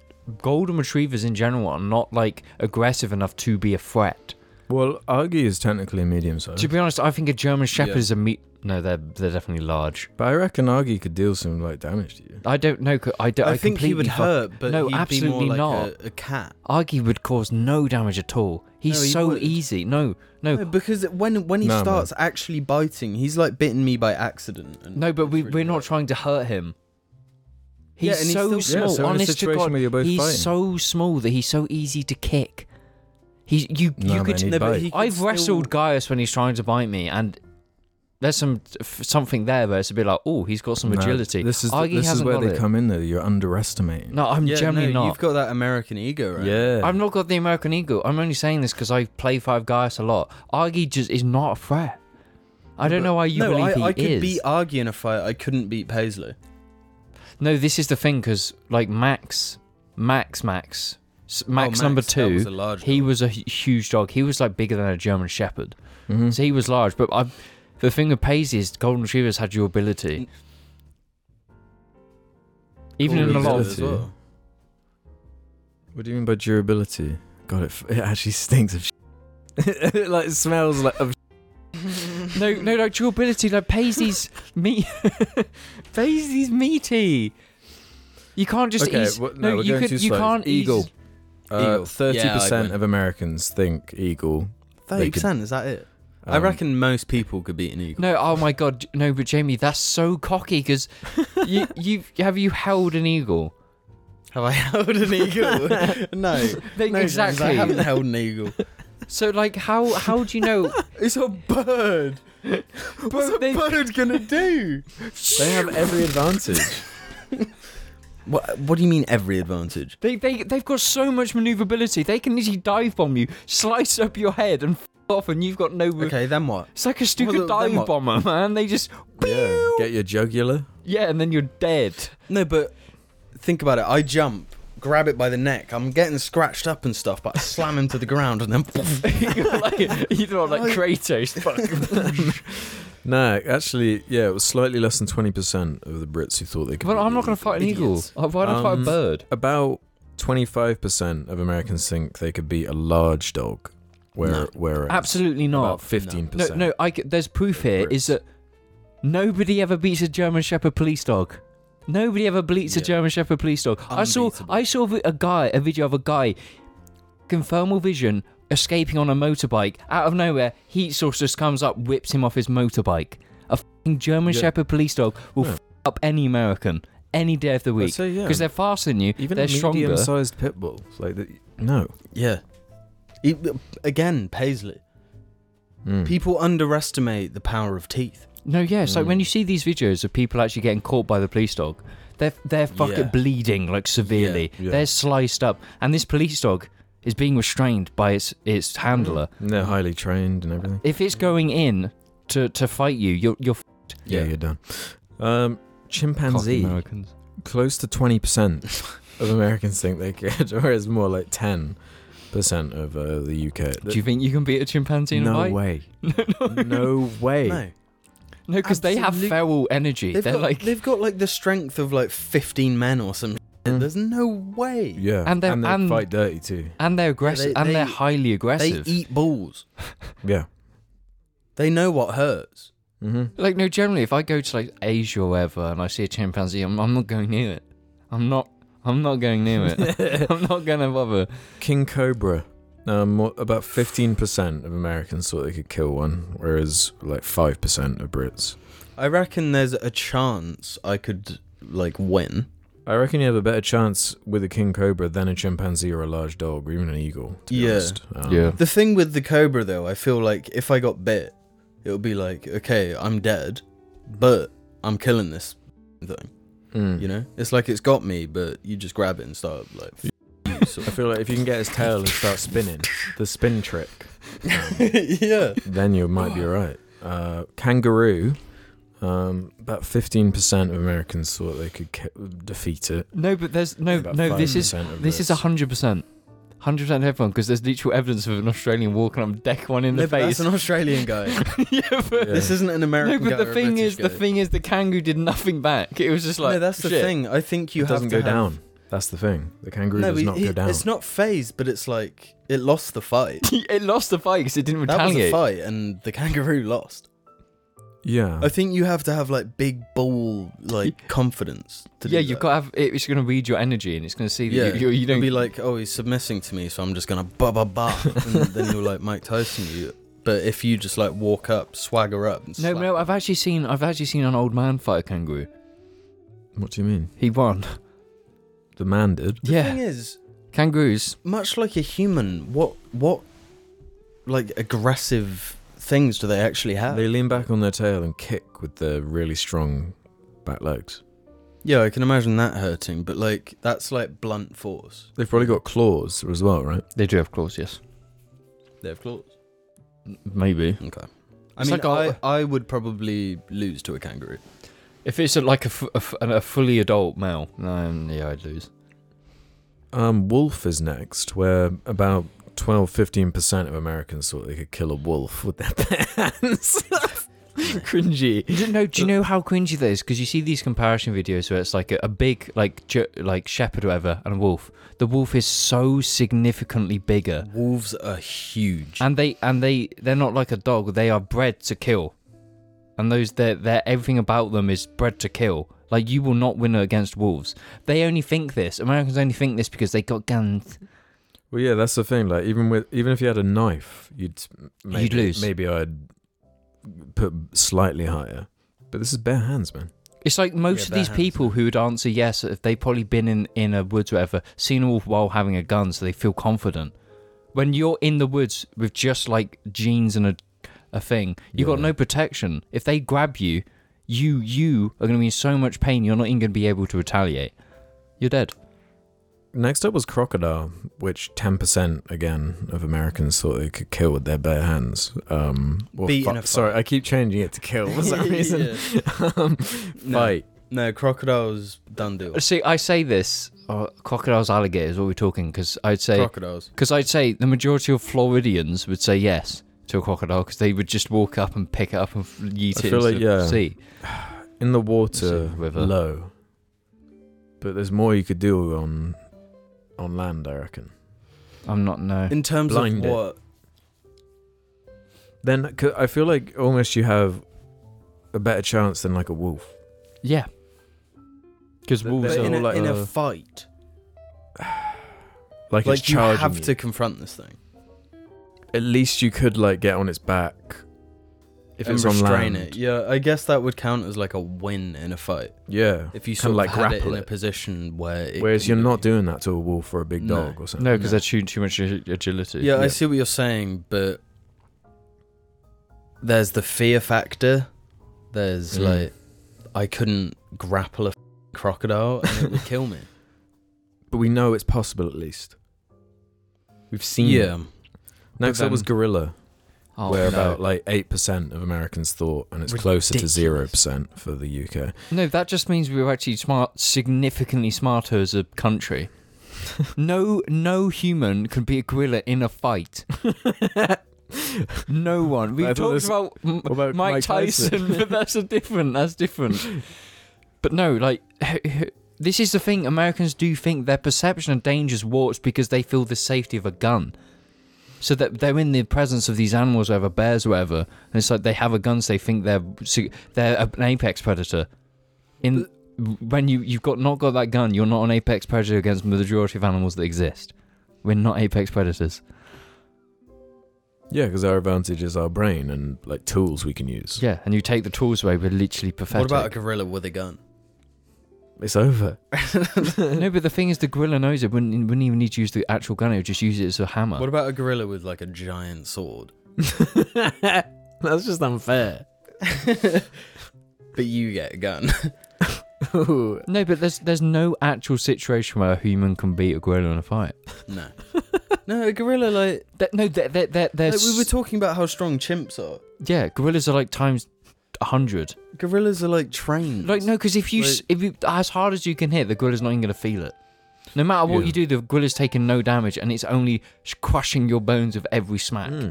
S2: golden retrievers in general, are not like aggressive enough to be a threat.
S1: Well, Argy is technically medium
S2: To
S1: sized,
S2: be honest, I think a German Shepherd
S3: Yeah.
S2: is a me. No, they're they're definitely large.
S1: but I reckon Argy could deal some like damage to you.
S2: I don't know. c- I don't.
S3: I,
S2: I,
S3: think he would
S2: completely fuck-
S3: hurt, but
S2: no,
S3: he'd
S2: absolutely
S3: be more
S2: not.
S3: like a, a cat.
S2: Argy would cause no damage at all. He's
S3: No, he
S2: so
S3: would.
S2: easy. No, no,
S3: No,
S2: no.
S3: because when when he
S1: No, man.
S3: starts actually biting, he's like bitten me by accident. and
S2: but
S3: it's
S2: we,
S3: really
S2: we're not
S3: hurt.
S2: trying to hurt him. He's
S3: Yeah, and he's
S2: so
S3: still-
S1: Yeah,
S2: small.
S1: so in a
S2: Honest to
S1: situation
S2: God,
S1: where you're both
S2: he's
S1: fighting.
S2: so small that he's so easy to kick. He's you.
S1: No,
S2: you
S1: man,
S2: could.
S1: he
S3: No, but
S1: bite.
S3: he could
S2: I've
S3: still-
S2: wrestled Gaius when he's trying to bite me, and there's some f- something there where it's a bit like, oh, he's got some
S1: No,
S2: agility.
S1: This is the-
S2: Argy
S1: this is
S2: hasn't
S1: where
S2: got
S1: they
S2: it.
S1: come in though. You're underestimating.
S2: No, I'm
S3: Yeah,
S2: generally
S3: no,
S2: not.
S3: You've got that American ego, right?
S1: Yeah.
S2: I've not got the American Eagle. I'm only saying this because I play Five Guys a lot. Argy just is not a threat. I don't know why you
S3: no,
S2: believe
S3: I,
S2: he
S3: I could
S2: is.
S3: beat Argy in a fight. I couldn't beat Paisley.
S2: No, this is the thing because like Max, Max, Max, S- Max,
S3: Oh, Max,
S2: number
S3: that was
S2: two.
S3: a large
S2: he
S3: dog.
S2: was a hu- huge dog. He was like bigger than a German Shepherd,
S3: Mm.
S1: Mhm.
S2: so he was large. But I, the thing with Paisley is Golden Retrievers had your
S3: Mm.
S2: ability. Even
S3: Cool
S2: in a
S3: reason
S2: lot
S1: Golden Retrievers.
S2: of
S3: as well.
S1: What do you mean by durability? God, it, f- it actually stinks of. Sh- it like smells like of.
S2: no, no, like your ability, like Paisley's meat, Paisley's meaty. You can't just
S1: Okay,
S2: ease.
S1: what- no,
S2: no,
S1: we're
S2: you
S1: going
S2: could.
S1: too
S2: You
S1: slow.
S2: can't ease-
S1: Eagle. Uh,
S3: Eagle.
S1: Thirty percent
S3: Yeah, I
S1: of Americans think eagle.
S3: Thirty
S1: They could-
S3: percent is that it? I
S1: um,
S3: reckon most people could beat an eagle.
S2: No, oh my god, no, but Jamie, that's so cocky because you, you have you held an eagle?
S3: Have I held an eagle? no.
S2: Like,
S3: No, James, I
S2: exactly.
S3: haven't held an eagle.
S2: So like, how how do you know?
S3: It's a bird. What's a
S2: they-
S3: bird gonna do?
S1: they have every advantage.
S3: What, what do you mean every advantage?
S2: They they they've got so much maneuverability. They can easily dive bomb you, slice up your head, and f- off, and you've got no.
S3: Okay, then what?
S2: It's like a
S3: Well,
S2: stupid
S3: then what?
S2: dive bomber, man. They just
S1: yeah. Get your jugular.
S2: yeah, and then you're dead.
S3: No, but think about it. I jump, grab it by the neck. I'm getting scratched up and stuff, but I slam him to the ground and then.
S2: you're like you thought like Kratos.
S1: No, actually, yeah, it was slightly less than twenty percent of the Brits who thought they could.
S2: But
S1: beat
S2: I'm not
S1: eagle.
S2: going to fight an eagle.
S3: Idiots.
S2: Uh, Why not fight a
S1: Um,
S2: bird?
S1: about 25% of Americans think they could beat a large dog, where
S3: No.
S1: whereas
S2: Absolutely
S1: about
S2: not.
S1: 15%.
S2: No, no. I c there's proof here. Is that nobody ever beats a German Shepherd police dog. Nobody ever beats a
S3: Yeah.
S2: German Shepherd police dog. I saw
S3: Unbeatable.
S2: I saw vi- a guy a video of a guy, in thermal vision, escaping on a motorbike out of nowhere. Heat source just comes up, whips him off his motorbike. A fing German
S1: Yeah.
S2: Shepherd police dog will
S1: Yeah.
S2: f- up any American any day of the
S1: I'd
S2: week
S1: say, yeah,
S2: because they're faster than you.
S1: even
S2: they're
S1: a
S2: stronger.
S1: medium-sized pit bull. Like the, no,
S3: yeah. He- again, Paisley.
S1: Mm.
S3: People underestimate the power of teeth.
S2: No, yeah. It's like
S1: Mm.
S2: when you see these videos of people actually getting caught by the police dog, they're they're fucking
S3: Yeah.
S2: bleeding like severely.
S1: Yeah, yeah.
S2: They're sliced up, and this police dog is being restrained by its its handler.
S1: And they're highly trained and everything.
S2: If it's going in to to fight you, you're you're f-
S1: Yeah,
S3: Yeah.
S1: you're done. Um,
S2: cocky
S1: chimpanzee,
S2: Americans.
S1: close to 20%. of Americans think they could, or it's more like 10% of uh, the UK.
S2: Do you think you can beat a chimpanzee in a
S1: no
S2: fight?
S1: way.
S2: no,
S1: No way.
S3: No.
S2: no, because they have
S3: Absolute-
S2: feral energy.
S3: They've
S2: They're
S3: got,
S2: like,
S3: they've got like the strength of like 15 men or some. shit.
S1: Mm.
S3: There's no way.
S1: Yeah.
S2: And
S1: And,
S2: they're-
S1: they
S2: and-
S1: fight dirty too.
S2: and they're aggressive,
S3: they-
S2: and they're
S3: they-
S2: highly
S3: They
S2: aggressive.
S3: eat balls.
S1: Yeah.
S3: They know what hurts.
S1: Mm-hmm.
S2: Like no, generally, if I go to like Asia or whatever and I see a chimpanzee, I'm, I'm not going near it. I'm not. I'm not going near it. I'm not gonna bother.
S1: King Cobra. Um, what- about 15% of Americans thought they could kill one, whereas like 5% of Brits.
S3: I reckon there's a chance I could like win.
S1: I reckon you have a better chance with a king cobra than a chimpanzee or a large dog, or even an eagle. To be
S3: Yeah.
S1: honest. Um,
S3: The thing with the cobra though, I feel like if I got bit, it would be like, okay, I'm dead, but I'm killing this thing.
S1: mm.
S3: You know, it's like it's got me, but you just grab it and start like. F- you, sort
S1: I
S3: of.
S1: feel like if you can get his tail and start spinning, the spin trick,
S3: yeah.
S1: then you might be alright. Uh, kangaroo. Um, about 15% of Americans thought they could ki- defeat it.
S2: No, but there's no
S1: About
S2: no. This is
S1: 5% of
S2: this is
S1: Brits.
S2: hundred percent, hundred percent everyone because there's literal evidence of an Australian walking on deck one in
S3: No,
S2: the
S3: but that's
S2: face.
S3: an Australian guy.
S2: yeah, but,
S1: Yeah.
S3: This isn't an
S2: no,
S3: American guy.
S2: but
S3: or
S2: the
S3: a
S2: thing
S3: British
S2: is, the
S3: guy.
S2: thing is, the kangaroo did nothing back. It was just like
S3: no, that's the
S2: shit.
S3: thing. I think you
S1: it
S3: have
S1: doesn't
S3: to
S1: go
S3: have-
S1: down. That's the thing. The kangaroo
S3: No,
S1: does
S3: but
S1: not
S3: he-
S1: go down.
S3: it's not phased, but it's like it lost the fight.
S2: it lost the fight because it didn't
S3: That was a
S2: retaliate.
S3: fight, and the kangaroo lost.
S1: yeah.
S3: I think you have to have like big bull like confidence. To
S2: Yeah,
S3: do
S2: you've
S3: that.
S2: got to have. it- It's going to read your energy and it's going to see that
S3: Yeah,
S2: you, you, you
S3: It'd
S2: don't.
S3: be like, oh, he's submitting to me, so I'm just gonna ba ba ba, and then you're like Mike Tyson you. But if you just like walk up, swagger up, and
S2: no,
S3: slap
S2: no. I've actually seen. I've actually seen an old man fight a kangaroo.
S1: what do you mean?
S2: He won.
S1: The man did.
S3: The
S2: yeah,
S3: thing is,
S2: kangaroos.
S3: much like a human, what what like aggressive things do they actually have?
S1: They lean back on their tail and kick with their really strong back legs.
S3: Yeah, I can imagine that hurting, but like that's like blunt force.
S1: They've probably got claws as well, right?
S2: They do have claws. Yes,
S3: They have claws.
S2: maybe.
S3: Okay. I
S2: It's
S3: mean,
S2: like a-
S3: I, I would probably lose to a kangaroo.
S2: If it's a, like a, fu- a, fu- a fully adult male, um, yeah, I'd lose.
S1: Um, wolf is next, where about 12 15% of Americans thought they could kill a wolf with their bare hands. Cringy.
S2: Do you know? Do you know how cringy that is? Because you see these comparison videos where it's like a, a big, like ju- like shepherd or whatever, and a wolf. The wolf is so significantly bigger,
S3: Wolves are huge.
S2: and they and they they're not like a dog. They are bred to kill, and those their their everything about them is bred to kill. Like you will not win against wolves. They only think this. Americans only think this because they got guns.
S1: Well, yeah, that's the thing. Like, even with even if you had a knife, you'd maybe,
S2: lose.
S1: Maybe I'd put slightly higher. But this is bare hands, man.
S2: It's like most of
S3: bare
S2: these
S3: hands,
S2: people who would answer yes if they've probably been in, in a woods or whatever, seen a wolf while having a gun, so they feel confident. When you're in the woods with just like jeans and a, a thing, you've got
S1: Yeah.
S2: no protection. If they grab you, you you are going to be in so much pain, you're not even going to be able to retaliate. You're dead.
S1: Next up was crocodile, which 10% again of Americans thought they could kill with their bare hands. Um, or
S3: Beat in
S1: fi-
S3: a fight.
S1: sorry, I keep changing it to kill for some reason.
S3: Yeah.
S1: um,
S3: No.
S1: Fight.
S3: No, crocodiles done deal.
S2: See, I say this uh, crocodiles, alligators, what we're talking, because I'd say.
S3: Crocodiles.
S2: Because I'd say the majority of Floridians would say yes to a crocodile because they would just walk up and pick it up and f- yeet
S1: I
S2: it
S1: feel
S2: into
S1: like,
S2: the
S1: yeah.
S2: sea.
S1: In the water,
S2: It's a river.
S1: low. But there's more you could do on on land, I reckon.
S2: I'm not no.
S3: In terms
S1: Blind it.
S3: of what?
S1: Then c- I feel like almost you have a better chance than like a wolf.
S2: Yeah. Because
S1: But-
S2: wolves
S1: but
S2: are
S1: in
S3: in,
S1: a-
S3: a,
S1: like in a a-
S3: fight,
S1: Like, it's
S3: like you
S1: charging
S3: have
S1: you.
S3: to confront this thing.
S1: At least you could like get on its back if
S3: and
S1: it's on
S3: restrain
S1: land.
S3: it. Yeah, I guess that would count as like a win in a fight
S1: Yeah.
S3: if you
S1: Kinda
S3: sort of
S1: like
S3: had it
S1: grapple
S3: in a
S1: it.
S3: position where. It
S1: Whereas
S3: can
S1: you're
S3: do
S1: not
S3: you.
S1: doing that to a wolf or a big
S3: No.
S1: dog or something.
S2: no, because
S3: no.
S2: they're too too much ag- agility.
S3: Yeah,
S1: Yeah.
S3: I see what you're saying, but there's the fear factor. There's
S1: Mm.
S3: like, I couldn't grapple a f- crocodile and it would kill me.
S1: But we know it's possible at least. We've seen it.
S3: yeah,
S1: Next
S2: But
S1: up was
S2: then-
S1: gorilla.
S2: Oh,
S1: where
S2: no.
S1: about like 8% of Americans thought, and it's closer to 0% for the UK.
S2: No, that just means we were actually smart, significantly smarter as a country. no, no human can be a gorilla in a fight. no one. We
S1: I
S2: have
S1: thought
S2: talked
S1: this-
S2: about, M-
S1: what about
S2: Mike,
S1: Mike Tyson?
S2: Tyson, but that's a different. That's different. but no, like. This is the thing, Americans do think their perception of danger is warped because they feel the safety of a gun. So that they're in the presence of these animals, whatever, bears, whatever, and it's like they have a gun, so they think they're so they're an apex predator. In when you you've got not got that gun, you're not an apex predator against the majority of animals that exist. We're not apex predators.
S1: Yeah, because our advantage is our brain and like tools we can use.
S2: Yeah, and you take the tools away, we're literally pathetic.
S3: What about a gorilla with a gun?
S1: It's over.
S2: no? But the thing is, the gorilla knows it. Wouldn't wouldn't even need to use the actual gun. It would just use it as a hammer.
S3: What about a gorilla with like a giant sword?
S4: That's just unfair.
S3: But you get a gun.
S2: no, but there's there's no actual situation where a human can beat a gorilla in a fight.
S3: no. No, a gorilla like,
S2: That, no, they're they're, they're, they're
S3: like we were
S2: s-
S3: talking about how strong chimps are.
S2: yeah, gorillas are like times a hundred.
S3: Gorillas are like trained.
S2: Like no, because if you s
S3: Like-
S2: if you as hard as you can hit, the gorilla's not even gonna feel it. No matter what
S1: Yeah.
S2: you do, the gorilla's taking no damage, and it's only sh- crushing your bones with every smack.
S3: Hmm.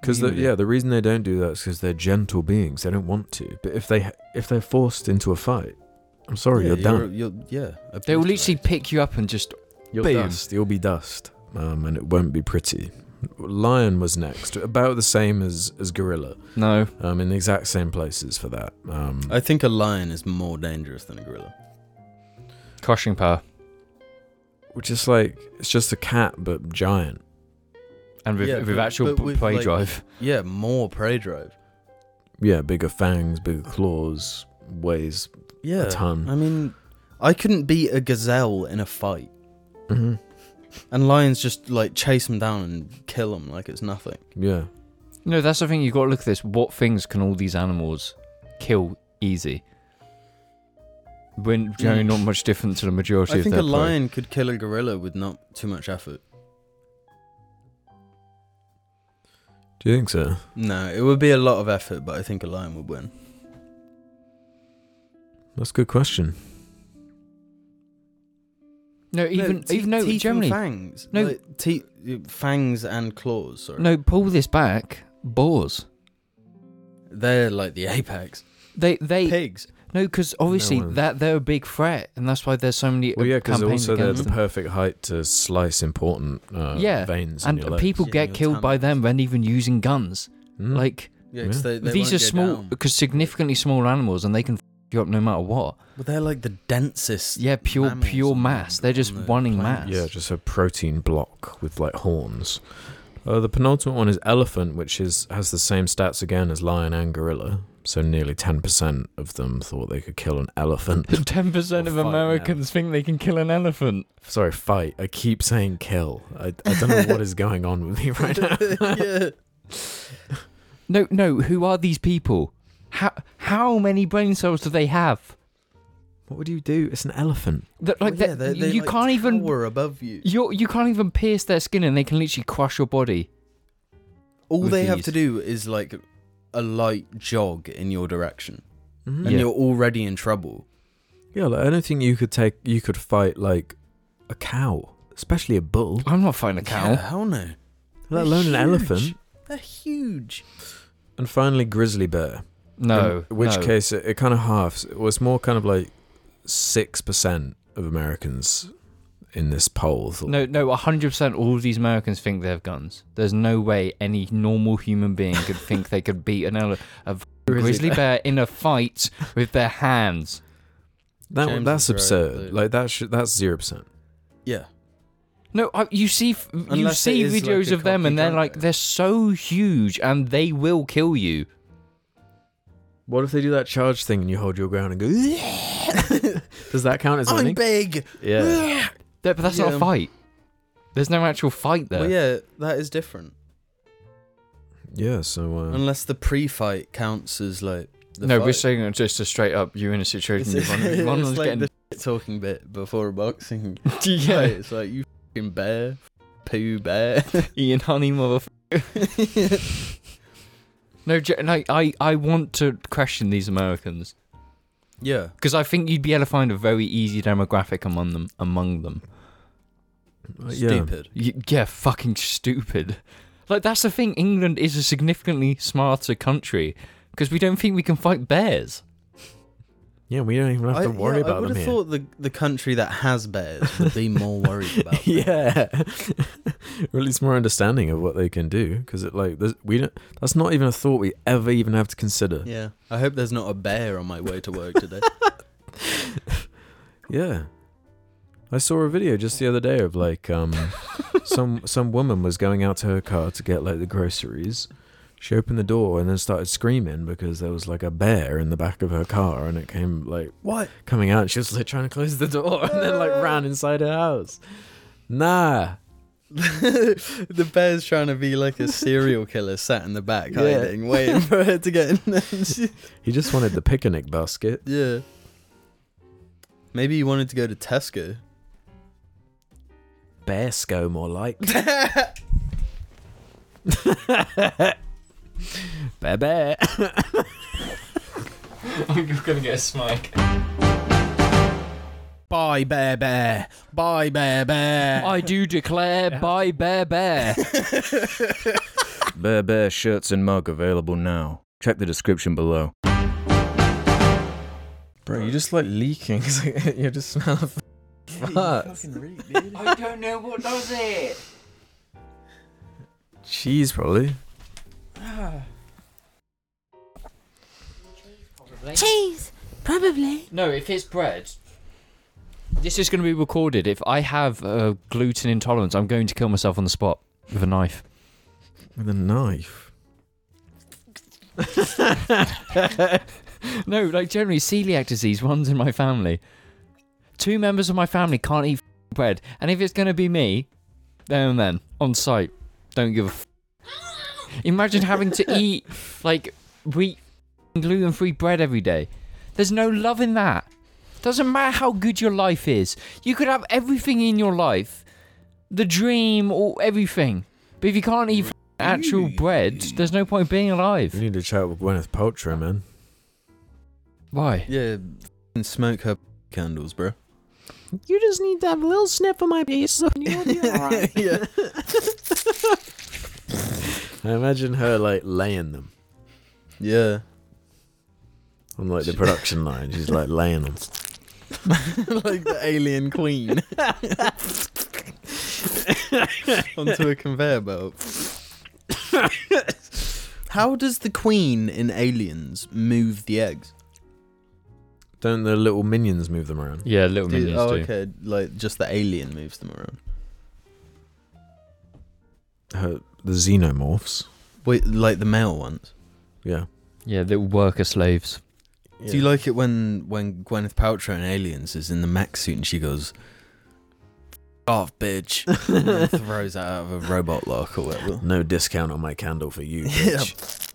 S1: Because
S2: Really?
S1: yeah, Hmm. the reason they don't do that is because they're gentle beings. They don't want to. But if they if they're forced into a fight, I'm sorry, you're, done.
S3: You're, yeah.
S2: They will literally pick you up and just
S1: You'll
S2: Boom.
S1: dust. You'll be dust, um, and it won't be pretty. Lion was next, about the same as as gorilla,
S2: no.
S1: um, in the exact same places for that. Um,
S3: I think a lion is more dangerous than a gorilla.
S2: Crushing power
S1: which is like it's just a cat but giant.
S2: and with,
S3: Yeah,
S2: with
S3: but-
S2: actual
S3: but
S2: p-
S3: with,
S2: prey
S3: like-
S2: drive.
S3: Yeah, more prey drive.
S1: Yeah, bigger fangs, bigger claws, weighs
S3: Yeah.
S1: a ton.
S3: I mean, I couldn't beat a gazelle in a fight.
S1: hmm
S3: And lions just like chase them down and kill them like it's nothing.
S1: Yeah,
S2: No, that's the thing. You got to look at this. What things can all these animals kill easy? When generally not much different to the majority
S3: Mm. I
S2: of
S3: think
S2: their
S3: a
S2: prey.
S3: lion could kill a gorilla with not too much effort.
S1: do you think so?
S3: No, it would be a lot of effort, but I think a lion would win.
S1: That's a good question.
S2: No, even
S3: te-
S2: even no
S3: teeth and
S2: generally.
S3: fangs.
S2: No.
S3: Like, teeth, fangs and claws. Sorry,
S2: No, pull this back. Boars.
S3: they're like the apex.
S2: They they
S3: Pigs.
S2: No, because obviously
S1: one.
S2: that they're a big threat, and that's why there's so many uh,
S1: Well, yeah, because
S2: campaigns
S1: also they're
S2: against
S1: the
S2: them.
S1: perfect height to slice important uh,
S2: Yeah,
S1: veins in your
S2: And
S1: legs.
S2: people
S3: Yeah,
S2: get
S3: your
S2: killed by
S3: talons.
S2: them when even using guns.
S1: Mm.
S2: Like
S3: 'cause
S1: Yeah.
S3: they- they
S2: these
S3: won't
S2: are
S3: go
S2: small,
S3: down.
S2: because significantly small animals, and they can f- you up no matter what.
S3: Well, they're like the densest.
S2: Yeah, pure-
S3: mammals
S2: pure
S3: on the-
S2: mass. They're just
S3: on the
S2: wanting
S3: planet.
S2: mass.
S1: yeah, just a protein block with like horns. Uh, the penultimate one is elephant, which is has the same stats again as lion and gorilla. So nearly ten percent of them thought they could kill an elephant.
S2: Ten percent
S1: Or
S2: of
S1: fight an
S2: Americans think they can kill an elephant.
S1: Sorry, fight. I keep saying kill. I, I don't know what is going on with me right now.
S3: yeah.
S2: No, no. Who are these people? How how many brain cells do they have?
S1: What would you do? It's an elephant.
S2: That like
S3: Well, yeah,
S2: that
S3: they- they,
S2: you
S3: like,
S2: can't even
S3: tower above you.
S2: you're, you can't even pierce their skin, and they can literally crush your body.
S3: All
S2: with
S3: they have
S2: these.
S3: to do is like a light jog in your direction,
S1: Mhm.
S3: and
S2: Yeah.
S3: you're already in trouble.
S1: Yeah, like, I don't think you could take. You could fight like a cow, especially a bull,
S2: I'm not fighting a cow.
S3: Yeah, hell no.
S1: let alone an
S3: huge.
S1: elephant.
S3: They're huge.
S1: And finally, grizzly bear.
S2: No,
S1: In which
S2: no.
S1: case, it, it kind of halves. It was more kind of like 6% of Americans in this poll thought.
S2: No, no, 100% all of these Americans think they have guns. There's no way any normal human being could think they could beat an ele- a
S1: Grizzly
S2: grizzly bear in a fight with their hands.
S1: that one,
S3: James
S1: that's
S3: is right,
S1: absurd.
S3: dude.
S1: Like, that should, that's 0%.
S3: Yeah.
S2: No, I, you see f- you
S3: Unless
S2: see
S3: it is
S2: videos
S3: like a
S2: of them and
S3: cocky
S2: they're
S3: drunk
S2: like
S3: guy.
S2: they're so huge and they will kill you.
S1: What if they do that charge thing and you hold your ground and go, does that count as
S3: I'm
S1: winning?
S3: big.
S1: yeah.
S2: That- but that's not a
S3: Yeah.
S2: fight. There's no actual fight there.
S3: Well, yeah, that is different.
S1: Yeah, so. Uh,
S3: Unless the pre-fight counts as like. The
S2: no,
S3: fight.
S2: we're saying it's just a straight up you're in a situation
S3: It's,
S2: you're running. One
S3: it's
S2: one's
S3: like
S2: getting
S3: the shit talking bit before a boxing.
S2: yeah.
S3: fight. It's like you fucking bear, poo bear.
S2: Ian Honey motherfucker. No, ge- like I, I want to question these Americans
S3: Yeah.
S2: because I think you'd be able to find a very easy demographic among them. Among them,
S1: uh,
S3: Stupid.
S2: Y- yeah, fucking stupid. Like that's the thing. England is a significantly smarter country because we don't think we can fight bears.
S1: Yeah, we don't even have to
S3: I-
S1: worry
S3: yeah, I
S1: about
S3: would
S1: them
S3: have
S1: here.
S3: thought the, the country that has bears would be more worried about. them.
S1: yeah, or at least more understanding of what they can do. Because it like there's- we don't. That's not even a thought we ever even have to consider. Yeah.
S3: Yeah. I hope there's not a bear on my way to work today.
S1: I saw a video just the other day of like um, some some woman was going out to her car to get like the groceries. She opened the door and then started screaming because there was like a bear in the back of her car and it came like
S3: what?
S1: coming out. And she was like trying to close the door and then like ran inside her house. Nah,
S3: the bear's trying to be like a serial killer sat in the back
S1: Yeah.
S3: hiding, waiting for her to get in there.
S1: he just wanted the picnic basket.
S3: yeah. Maybe you wanted to go to Tesco.
S1: Bear sco more like. bear bear.
S2: I'm just gonna get a smike.
S3: Bye, bear, bear. Bye, bear, bear.
S2: I do declare, by bear, bear.
S5: Bear Bear shirts and mug available now. Check the description below.
S1: Bro, you're just like leaking. you just smell of farts.
S2: I don't know what does it.
S1: Cheese, probably.
S6: Cheese, probably.
S2: No, if it's bread. This is going to be recorded. If I have a gluten intolerance, I'm going to kill myself on the spot with a knife.
S1: With a knife.
S2: No, like generally, celiac disease runs in my family. Two members of my family can't eat f***ing bread, and if it's going to be me, there and then, on site, don't give a f. Imagine having to eat, like, wheat gluten free bread every day. There's no love in that. Doesn't matter how good your life is, you could have everything in your life the dream or everything. But if you can't eat f- actual bread, there's no point being
S1: We
S2: alive.
S1: need to chat with Gwyneth Paltrow, man.
S2: Why?
S3: yeah, f***ing smoke her candles, bro.
S1: You just need to have a little sniff of my piece. You'll be alright.
S3: yeah.
S1: I imagine her like laying them
S3: Yeah.
S1: on like the production line. She's like laying them.
S3: like the alien queen. Onto a conveyor belt. How does the queen in Aliens move the eggs?
S1: Don't the little minions move them around?
S2: Yeah, little
S3: Do- oh, okay. Like just the alien moves them around.
S1: Her, the xenomorphs.
S3: Wait, like the male ones.
S1: Yeah.
S2: Yeah, little worker slaves.
S3: Do you like it when when Gwyneth Paltrow in Aliens is in the mech suit and she goes, "F- "Off, bitch," and then throws out of a robot lock or whatever.
S1: No discount on my candle for you.
S3: Yeah.
S1: Bitch.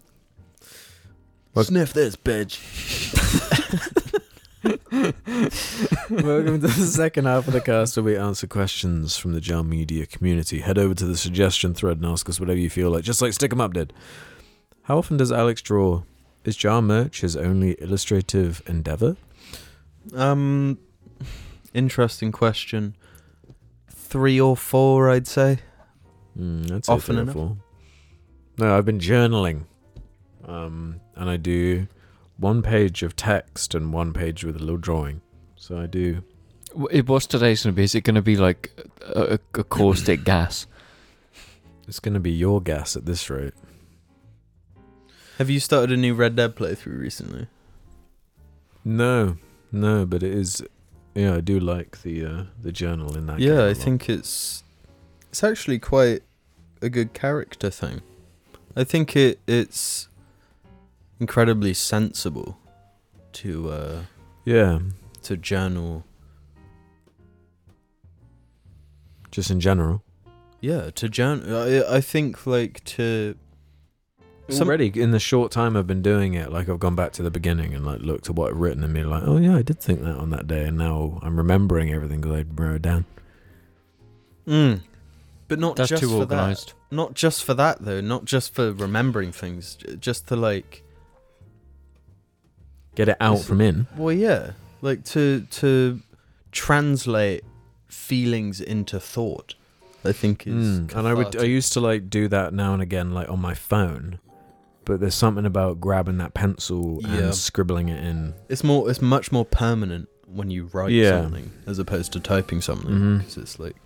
S3: Sniff this, bitch.
S1: Welcome to the second half of the cast where we answer questions from the Jar Media community. Head over to the suggestion thread and ask us whatever you feel like, just like Stick 'em Up did. How often does Alex draw? Is Jar merch his only illustrative endeavor?
S3: Um, interesting question. Three or four, I'd say.
S1: Mm, I'd say
S3: Often
S1: three or
S3: enough.
S1: four. No, I've been journaling. Um, and I do one page of text and one page with a little drawing. So I do.
S2: What's today's going to be? Is it going to be like a, a, a caustic gas?
S1: It's going to be your guess at this rate.
S3: Have you started a new Red Dead playthrough recently?
S1: No, no, but it is. Yeah, I do like the uh, the journal in that. game
S3: yeah,
S1: a
S3: I
S1: lot.
S3: think it's it's actually quite a good character thing. I think it it's incredibly sensible to uh
S1: Yeah,
S3: to journal
S1: just in general.
S3: yeah, to journal I, I think like to Some-
S1: Already in the short time I've been doing it, like I've gone back to the beginning and like looked at what I've written and been like, oh yeah, I did think that on that day, and now I'm remembering everything that I wrote down.
S3: mm, But not
S2: That's
S3: just
S2: too
S3: for
S2: organised.
S3: that. Not just for that though. Not just for remembering things. j- Just to like,
S1: Get it out
S3: This-
S1: from in.
S3: well, yeah, like to to translate feelings into thought. I think is
S1: Mm, And I would I
S3: cathartic.
S1: used to like do that now and again, like on my phone. But there's something about grabbing that pencil
S3: Yeah.
S1: and scribbling it in.
S3: It's more. It's much more permanent when you write
S1: Yeah.
S3: something as opposed to typing something
S1: Mhm.
S3: because it's like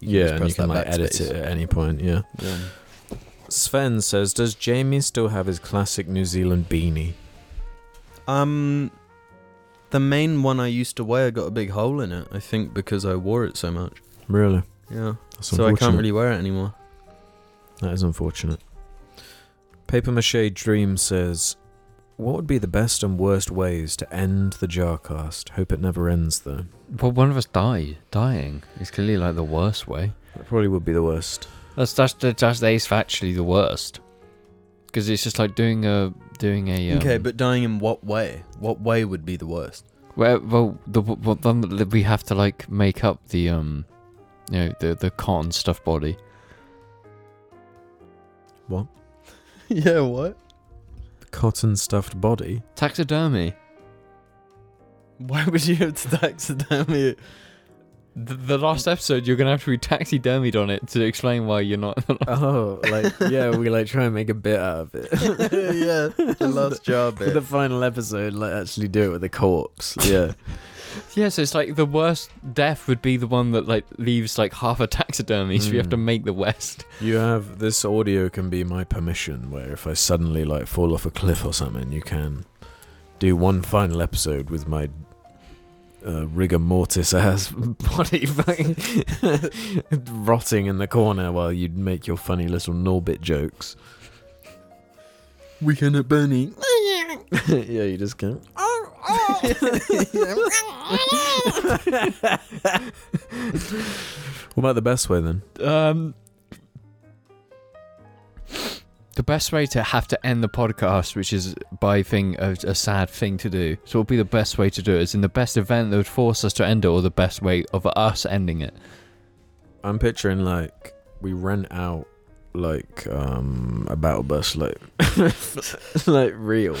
S1: yeah,
S3: just
S1: and you
S3: press
S1: can like
S3: that
S1: edit
S3: backspace.
S1: it at any point. Yeah.
S3: Yeah.
S1: Sven says, "Does Jamie still have his classic New Zealand beanie?"
S3: Um, the main one I used to wear got a big hole in it. I think because I wore it so much.
S1: Really?
S3: Yeah,
S1: That's
S3: so I can't
S1: unfortunate.
S3: really wear it anymore.
S1: That is unfortunate. Paper Mache Dream says, What would be the best and worst ways to end the Jarcast? Hope it never ends, though.
S2: Well, one of us died. Dying is clearly like the worst way.
S1: That probably would be the worst.
S2: That's that's that's, that's that is actually the worst. Because it's just like doing a doing a um,
S3: Okay, but dying in what way? What way would be the worst?
S2: well, well, the, well then the- we have to like make up the um, you know, the the cotton stuff body.
S3: yeah, what?
S1: Cotton stuffed body.
S2: Taxidermy.
S3: Why would you have to taxidermy it?
S2: The, the last episode, you're gonna have to be taxidermied on it to explain why you're not.
S1: Oh, like, yeah, we like try and make a bit out of it.
S3: yeah, the last jar bit.
S1: the final episode, like, actually do it with a corpse. Yeah.
S2: yeah, so it's like the worst death would be the one that like leaves like half a taxidermy. So we have to
S1: Mm.
S2: make the West.
S1: You have this audio can be my permission, where if I suddenly like fall off a cliff or something, you can do one final episode with my uh, rigor mortis ass body fucking rotting in the corner while you make your funny little Norbit jokes.
S3: Weekend at Bernie.
S1: yeah, you just "Oh, can't. What about the best way then?
S2: Um, the best way to have to end the podcast, which is by thing a, a sad thing to do. So it'll be the best way to do it. Is in the best event that would force us to end it, or the best way of us ending it.
S1: I'm picturing like we rent out like um a battle bus like like real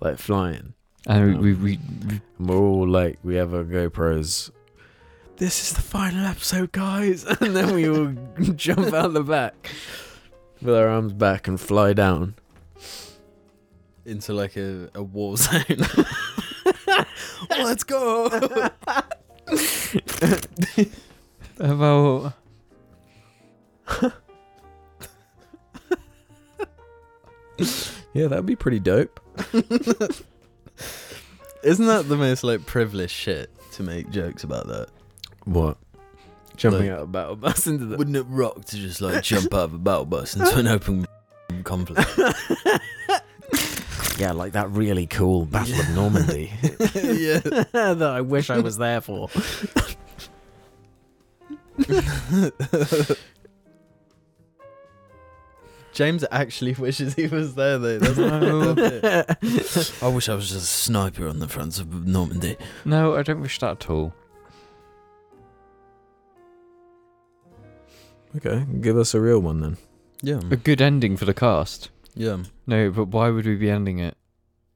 S1: like flying.
S2: And we, we, we
S1: And we're all like, we have our GoPros. This is the final episode, guys. And then we all jump out the back with our arms back and fly down.
S3: Into like a, a war zone. Let's go!
S2: uh, well,
S1: Yeah, that'd be pretty dope.
S3: Isn't that the most like privileged shit to make jokes about that?
S1: What? Jumping
S3: Like-
S1: out of battle bus into the.
S3: Wouldn't it rock to just like jump out of a battle bus into an open conflict?
S1: Yeah, like that really cool Battle of Normandy
S3: yeah.
S1: that I wish I was there for.
S3: James actually wishes he was there though. That's
S2: No.
S3: I wish I was just a sniper on the fronts of Normandy.
S2: no, I don't wish that at all.
S1: Okay, give us a real one then.
S3: Yeah.
S2: A good ending for the cast.
S3: Yeah.
S2: No, but why would we be ending it?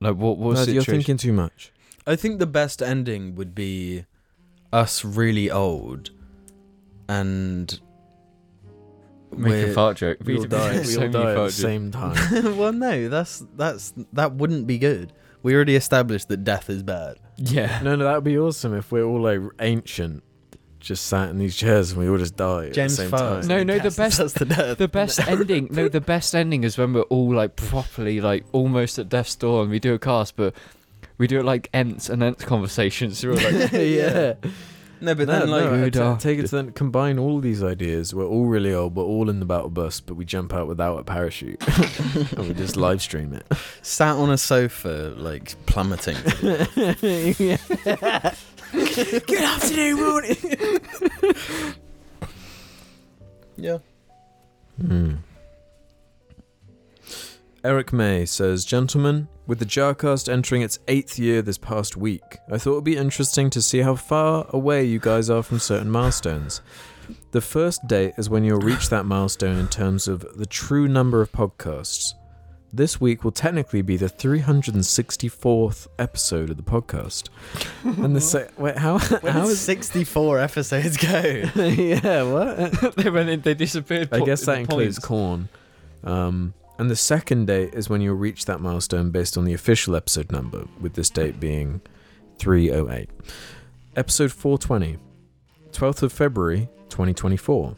S2: Like, what, what
S1: Lad, you're
S2: situation?
S1: thinking too much.
S3: I think the best ending would be us really old and
S2: Make a
S3: we're-
S2: fart joke.
S3: we all
S2: We've
S3: die-
S2: made
S3: we
S2: so many
S1: at the
S2: fart jokes.
S1: same time.
S3: well no, that's that's that wouldn't be good. We already established that death is bad.
S2: Yeah.
S1: No, no, that would be awesome if we're all like ancient, just sat in these chairs and we all just die
S3: James
S1: at the same
S3: Farr.
S1: time.
S2: No, no, the
S3: That's-
S2: best-
S3: that's the death.
S2: The best ending, no, the best ending is when we're all like properly, like almost at death's door, and we do a cast, but we do it like ents and ents conversations. So we're all like,
S3: yeah. No, but
S1: No,
S3: then like
S1: no,
S2: Good
S1: ta-
S2: after-
S1: take it to then combine all these ideas. We're all really old, we're all in the battle bus, but we jump out without a parachute and we just live stream it.
S3: sat on a sofa like plummeting.
S7: Good afternoon, morning.
S3: yeah.
S1: Hmm. Eric May says, Gentlemen, With the Jarcast entering its eighth year this past week, I thought it would be interesting to see how far away you guys are from certain milestones. The first date is when you'll reach that milestone in terms of the true number of podcasts. This week will technically be the 364th episode of the podcast. And the se- wait, how how
S3: How is
S1: is
S3: 64 episodes go?
S1: yeah, what?
S2: they went in, they disappeared.
S1: I
S2: po-
S1: guess that
S2: the
S1: includes
S2: points.
S1: corn. Um, and the second date is when you'll reach that milestone based on the official episode number, with this date being 308. Episode 420, 12th of February 2024,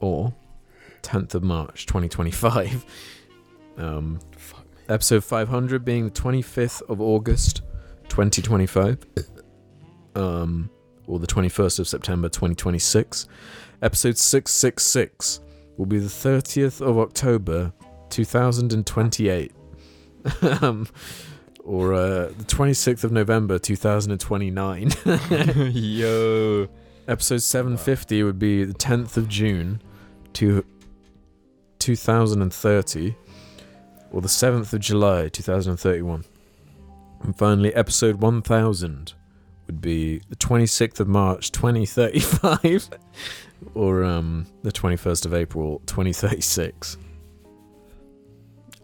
S1: or 10th of March 2025. Um, episode 500 being the 25th of August 2025, um, or the 21st of September 2026 episode 666 will be the 30th of October 2028 um, or uh, the 26th of November 2029
S2: Yo.
S1: episode 750 would be the 10th of June to 2030 or the 7th of July 2031 and finally episode 1000 would be the 26th of March 2035 or um the 21st of April 2036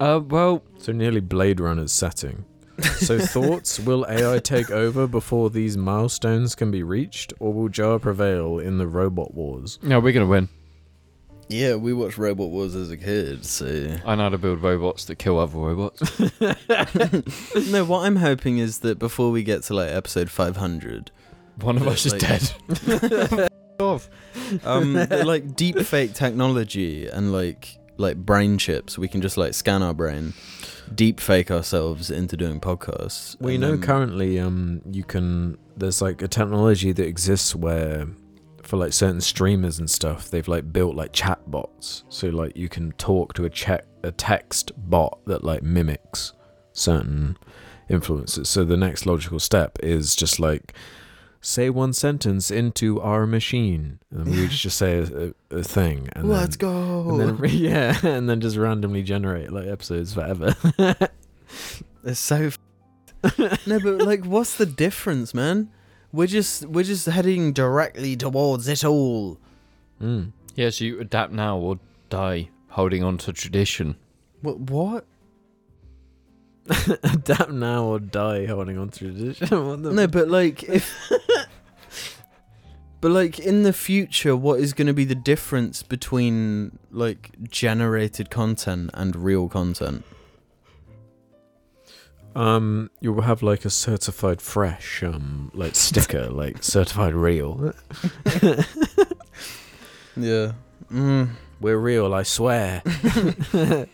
S2: Uh, well,
S1: so nearly Blade Runner's setting. So thoughts? Will AI take over before these milestones can be reached, or will Jar prevail in the robot wars?
S2: no, we're gonna win.
S3: Yeah, we watched Robot Wars as a kid, so.
S2: I know how to build robots that kill other robots.
S3: no, what I'm hoping is that before we get to like episode 500,
S2: One of
S3: Yeah,
S2: us is
S3: like-
S2: dead. off.
S3: um, the, like deep fake technology and like like brain chips, we can just like scan our brain, deep fake ourselves into doing podcasts.
S1: Well, you
S3: and
S1: know,
S3: then-
S1: currently, um, you can. There's like a technology that exists where, for like certain streamers and stuff, they've like built like chat bots. So like you can talk to a check a text bot that like mimics certain influences. So the next logical step is just like say one sentence into our machine, and we each just say a, a, a thing. And
S3: Let's
S1: then,
S3: go.
S1: and then- yeah, and then just randomly generate like episodes forever.
S3: It's so. F- no, but like, what's the difference, man? We're just we're just heading directly towards it all.
S1: Mm.
S2: Yeah, so you adapt now or die holding on to tradition.
S3: What? What?
S1: Adapt now or die holding on to tradition. What the
S3: No, but like if. but like in the future, what is going to be the difference between like generated content and real content?
S1: um, you will have like a certified fresh, um, like sticker, like certified real.
S3: Yeah. Mm.
S1: We're real, I swear.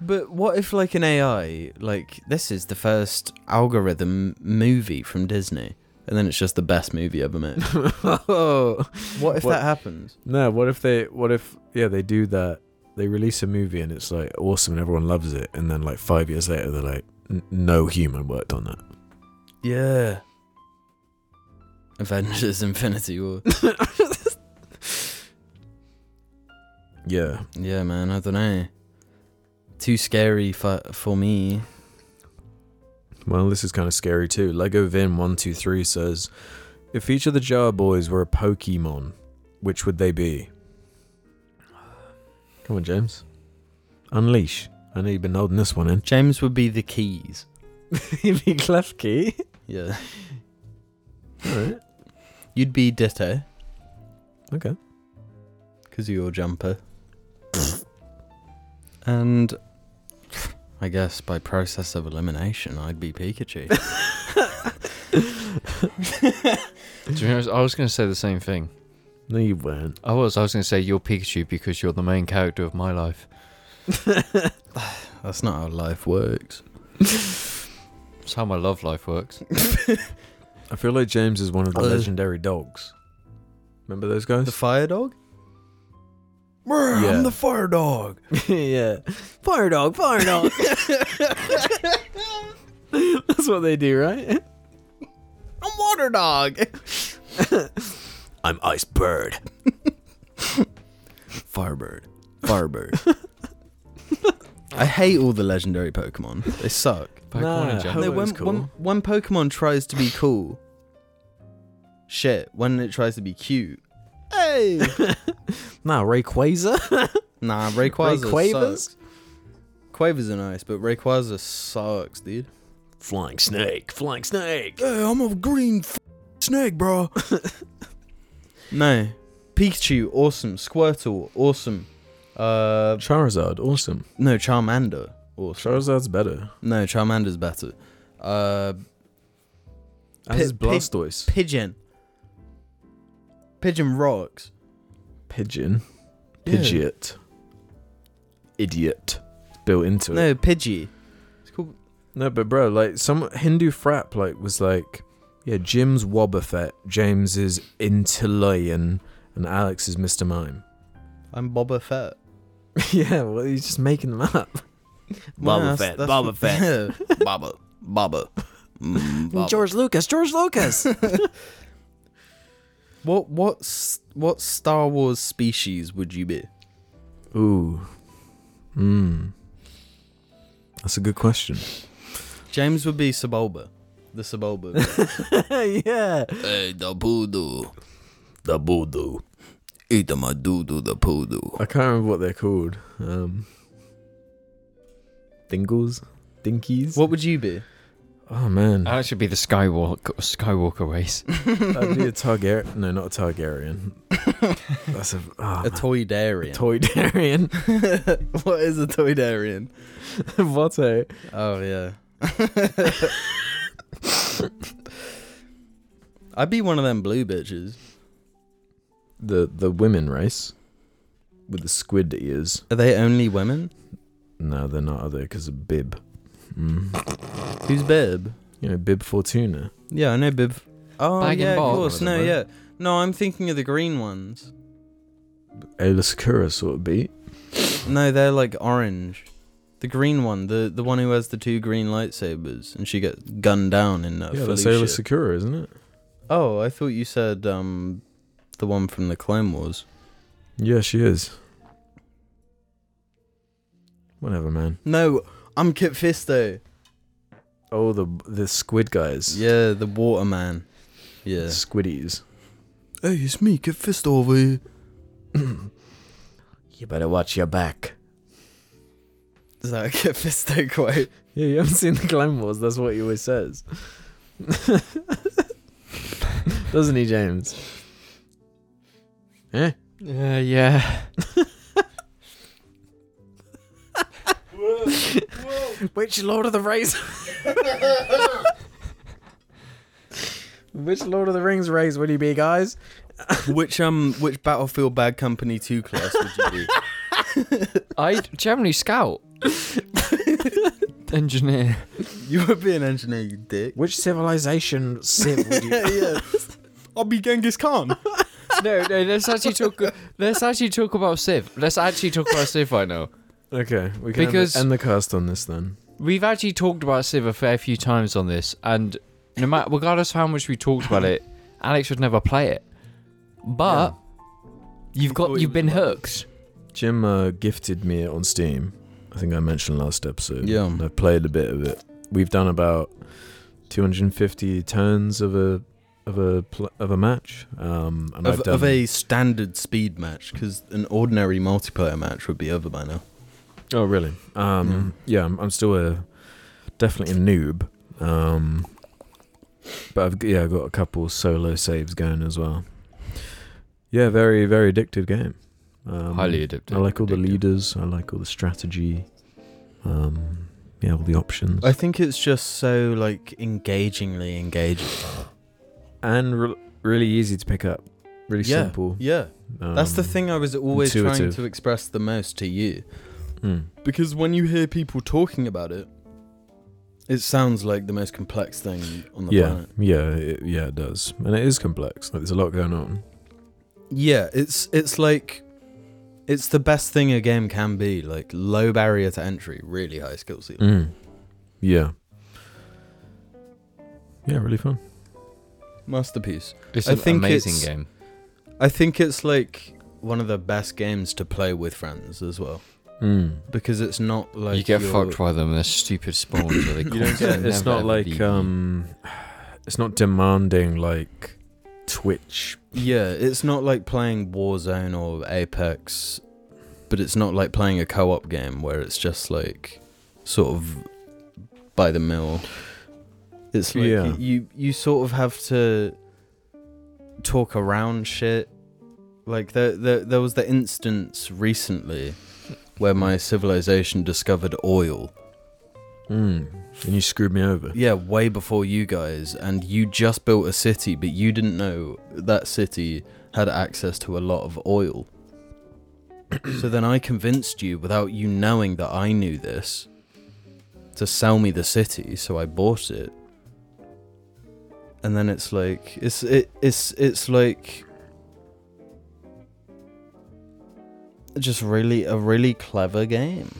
S3: But what if like an AI, like this is the first algorithm movie from Disney, and then it's just the best movie ever made? What if
S1: What-
S3: that happens?
S1: No, what if they? What if? Yeah, they do that. They release a movie and it's like awesome and everyone loves it, and then like five years later they're like, "N- no human worked on that.
S3: Yeah. Avengers Infinity War.
S1: Yeah,
S3: yeah, man, I don't know. Too scary for for me.
S1: Well, this is kind of scary too. Lego Vin one two three says, "If each of the Jar Boys were a Pokemon, which would they be?" Come on, James, unleash. I know you've been holding this one in.
S3: James would be the keys.
S1: He'd be Klefki.
S3: Yeah.
S1: All right.
S3: You'd be Ditto.
S1: Okay.
S3: Because you're jumper. and I guess by process of elimination, I'd be Pikachu.
S2: Do you know, I was going to say the same thing.
S1: No, you weren't.
S2: I was. I was going to say you're Pikachu because you're the main character of my life.
S3: That's not how life works.
S2: It's how my love life works.
S1: I feel like James is one of the
S3: Uh.
S1: legendary dogs. Remember those guys?
S3: The fire dog?
S1: Yeah.
S3: I'm the fire dog.
S1: yeah. Fire dog, fire dog. That's what they do, right?
S3: I'm water dog.
S1: I'm Ice Bird.
S3: Firebird. Firebird. I hate all the legendary Pokemon. They suck.
S2: Pokemon in
S1: Nah.
S2: general.
S1: Hello
S3: no, when,
S1: is cool.
S3: when when Pokemon tries to be cool, shit. When it tries to be cute, hey,
S1: Nah, Rayquaza.
S3: nah, Rayquaza
S1: Rayquavers?
S3: sucks. Quavers are nice, but Rayquaza sucks, dude.
S1: flying snake. Flying snake.
S8: Hey, I'm a green f- snake, bro.
S3: No, Pikachu, awesome. Squirtle, awesome. Uh,
S1: Charizard, awesome.
S3: no, Charmander, awesome.
S1: Charizard's better.
S3: No, Charmander's better. Uh,
S1: As
S3: Pi-
S1: is
S3: pig-
S1: Blastoise.
S3: Pigeon. Pigeon rocks.
S1: Pigeon.
S3: Yeah.
S1: Pidgeot. Idiot. Built into it.
S3: No, Pidgey. It's called
S1: No, but bro, like some Hindu frap like was like, yeah, Jim's Wobbuffet, James is Interlion, and Alex is Mr. Mime.
S3: I'm Boba Fett.
S1: yeah, well, he's just making them up.
S3: Well,
S1: Boba
S3: that's-
S1: Fett,
S3: that's
S1: Boba
S3: what-
S1: Fett.
S3: Yeah. Boba. Boba. Mm, Boba.
S9: George Lucas, George Lucas.
S3: What what s- what Star Wars species would you be?
S1: Ooh, mm. That's a good question.
S3: James would be Sebulba, the Sebulba.
S1: yeah,
S3: hey, the poodoo,
S1: the Boodoo.
S3: eat my doodoo, the poodoo.
S1: I can't remember what they're called. Um, Dingles, Dinkies.
S3: What Uh, would you be?
S1: Oh man,
S2: Alex should be the Skywalker Skywalker race.
S1: I'd be a Targaryen. No, not a Targaryen. That's a oh,
S3: A Toydarian.
S1: Toydarian.
S3: what is a Toydarian?
S1: what a
S3: Oh yeah. I'd be one of them blue bitches.
S1: the the women race with the squid ears.
S3: Are they only women?
S1: No, they're not other because of Bib. Mm.
S3: Who's Bib?
S1: You know Bib Fortuna.
S3: Yeah, I know Bib. Oh
S2: Bag and
S3: yeah, of
S2: Bob.
S3: course. No, yeah. No, I'm thinking of the green ones.
S1: Ayla Sakura sort of beat.
S3: No, they're like orange. The green one, the the one who has the two green lightsabers, and she gets gunned down in uh,
S1: yeah, that's
S3: Felicia.
S1: Ayla Sakura, isn't it?
S3: Oh, I thought you said um, the one from the Clone Wars.
S1: Yeah, she is. Whatever, man.
S3: No, I'm Kit Fisto.
S1: Oh, the the squid guys.
S3: Yeah, the water man. Yeah.
S1: Squiddies.
S3: Hey, it's me, Kit Fisto over here.
S1: You better watch your back.
S3: Is that a Kit Fisto quote?
S1: Yeah, you haven't seen the Clone Wars. That's what he always says. Doesn't he, James? Eh?
S2: Uh, yeah.
S1: Which Lord of the Rings? Which Lord of the Rings race would he be, guys?
S3: which um, which Battlefield Bad Company two class would you be?
S2: I generally scout. Engineer.
S3: you would be an engineer, you dick.
S1: Which civilization civ would you?
S3: yeah. I'll be Genghis Khan.
S2: No, no, let's actually talk let's actually talk about Civ. Let's actually talk about Civ right now.
S1: okay, we can
S2: Because-
S1: because... end, the, cast on this then.
S2: We've actually talked about Civ a fair few times on this and no matter regardless of how much we talked about it, Alex would never play it. But you've
S3: thought
S2: got
S3: he
S2: you've
S3: was
S2: been
S3: right.
S2: hooked.
S1: Jim uh, gifted me it on Steam. I think I mentioned last episode.
S3: Yeah.
S1: And I've played a bit of it. We've done about 250 turns of a of a pl- of a match. Um, and I've
S3: Of,
S1: done
S3: of a standard speed match, because an ordinary multiplayer match would be over by now.
S1: Oh, really? Um, yeah, I'm, I'm still a definitely a noob. Um, but I've g- yeah, I've got a couple solo saves going as well. Yeah, very very addictive game. Um,
S2: Highly addictive.
S1: I like all the
S2: addictive.
S1: leaders. I like all the strategy. Um, yeah, all the options.
S3: I think it's just so like engagingly engaging.
S1: and re- really easy to pick up. Really
S3: Yeah.
S1: simple.
S3: Yeah, that's the
S1: Um,
S3: thing I was always trying
S1: intuitive.
S3: to express the most to you,
S1: mm.
S3: because when you hear people talking about it, it sounds like the most complex thing on the
S1: yeah,
S3: planet.
S1: yeah, it, yeah. It does, and it is complex. Like, there's a lot going on.
S3: Yeah, it's it's like it's the best thing a game can be. Like low barrier to entry, really high skill ceiling.
S1: Mm. Yeah. Yeah, really fun.
S2: Mm.
S3: Masterpiece.
S2: It's
S3: I
S2: an
S3: think
S2: amazing
S3: it's-
S2: game.
S3: I think it's like one of the best games to play with friends as well.
S1: Mm.
S3: because it's not like
S2: you get
S3: your-
S2: fucked by them. They're stupid spawns. Where they
S1: You don't get.
S2: constantly
S1: It's
S2: never
S1: not
S2: ever
S1: like
S2: leave you.
S1: um, it's not demanding like Twitch.
S3: Yeah, it's not like playing Warzone or Apex, but it's not like playing a co-op game where it's just like sort of by the mill. It's like
S1: Yeah.
S3: y- you you sort of have to talk around shit. Like there there there was the instance recently where my civilization discovered oil.
S1: Mm. And you screwed me over.
S3: Yeah, way before you guys, and you just built a city, but you didn't know that city had access to a lot of oil. so then I convinced you, without you knowing that I knew this, to sell me the city, so I bought it. And then it's like it's it, it's it's like just really a really clever game.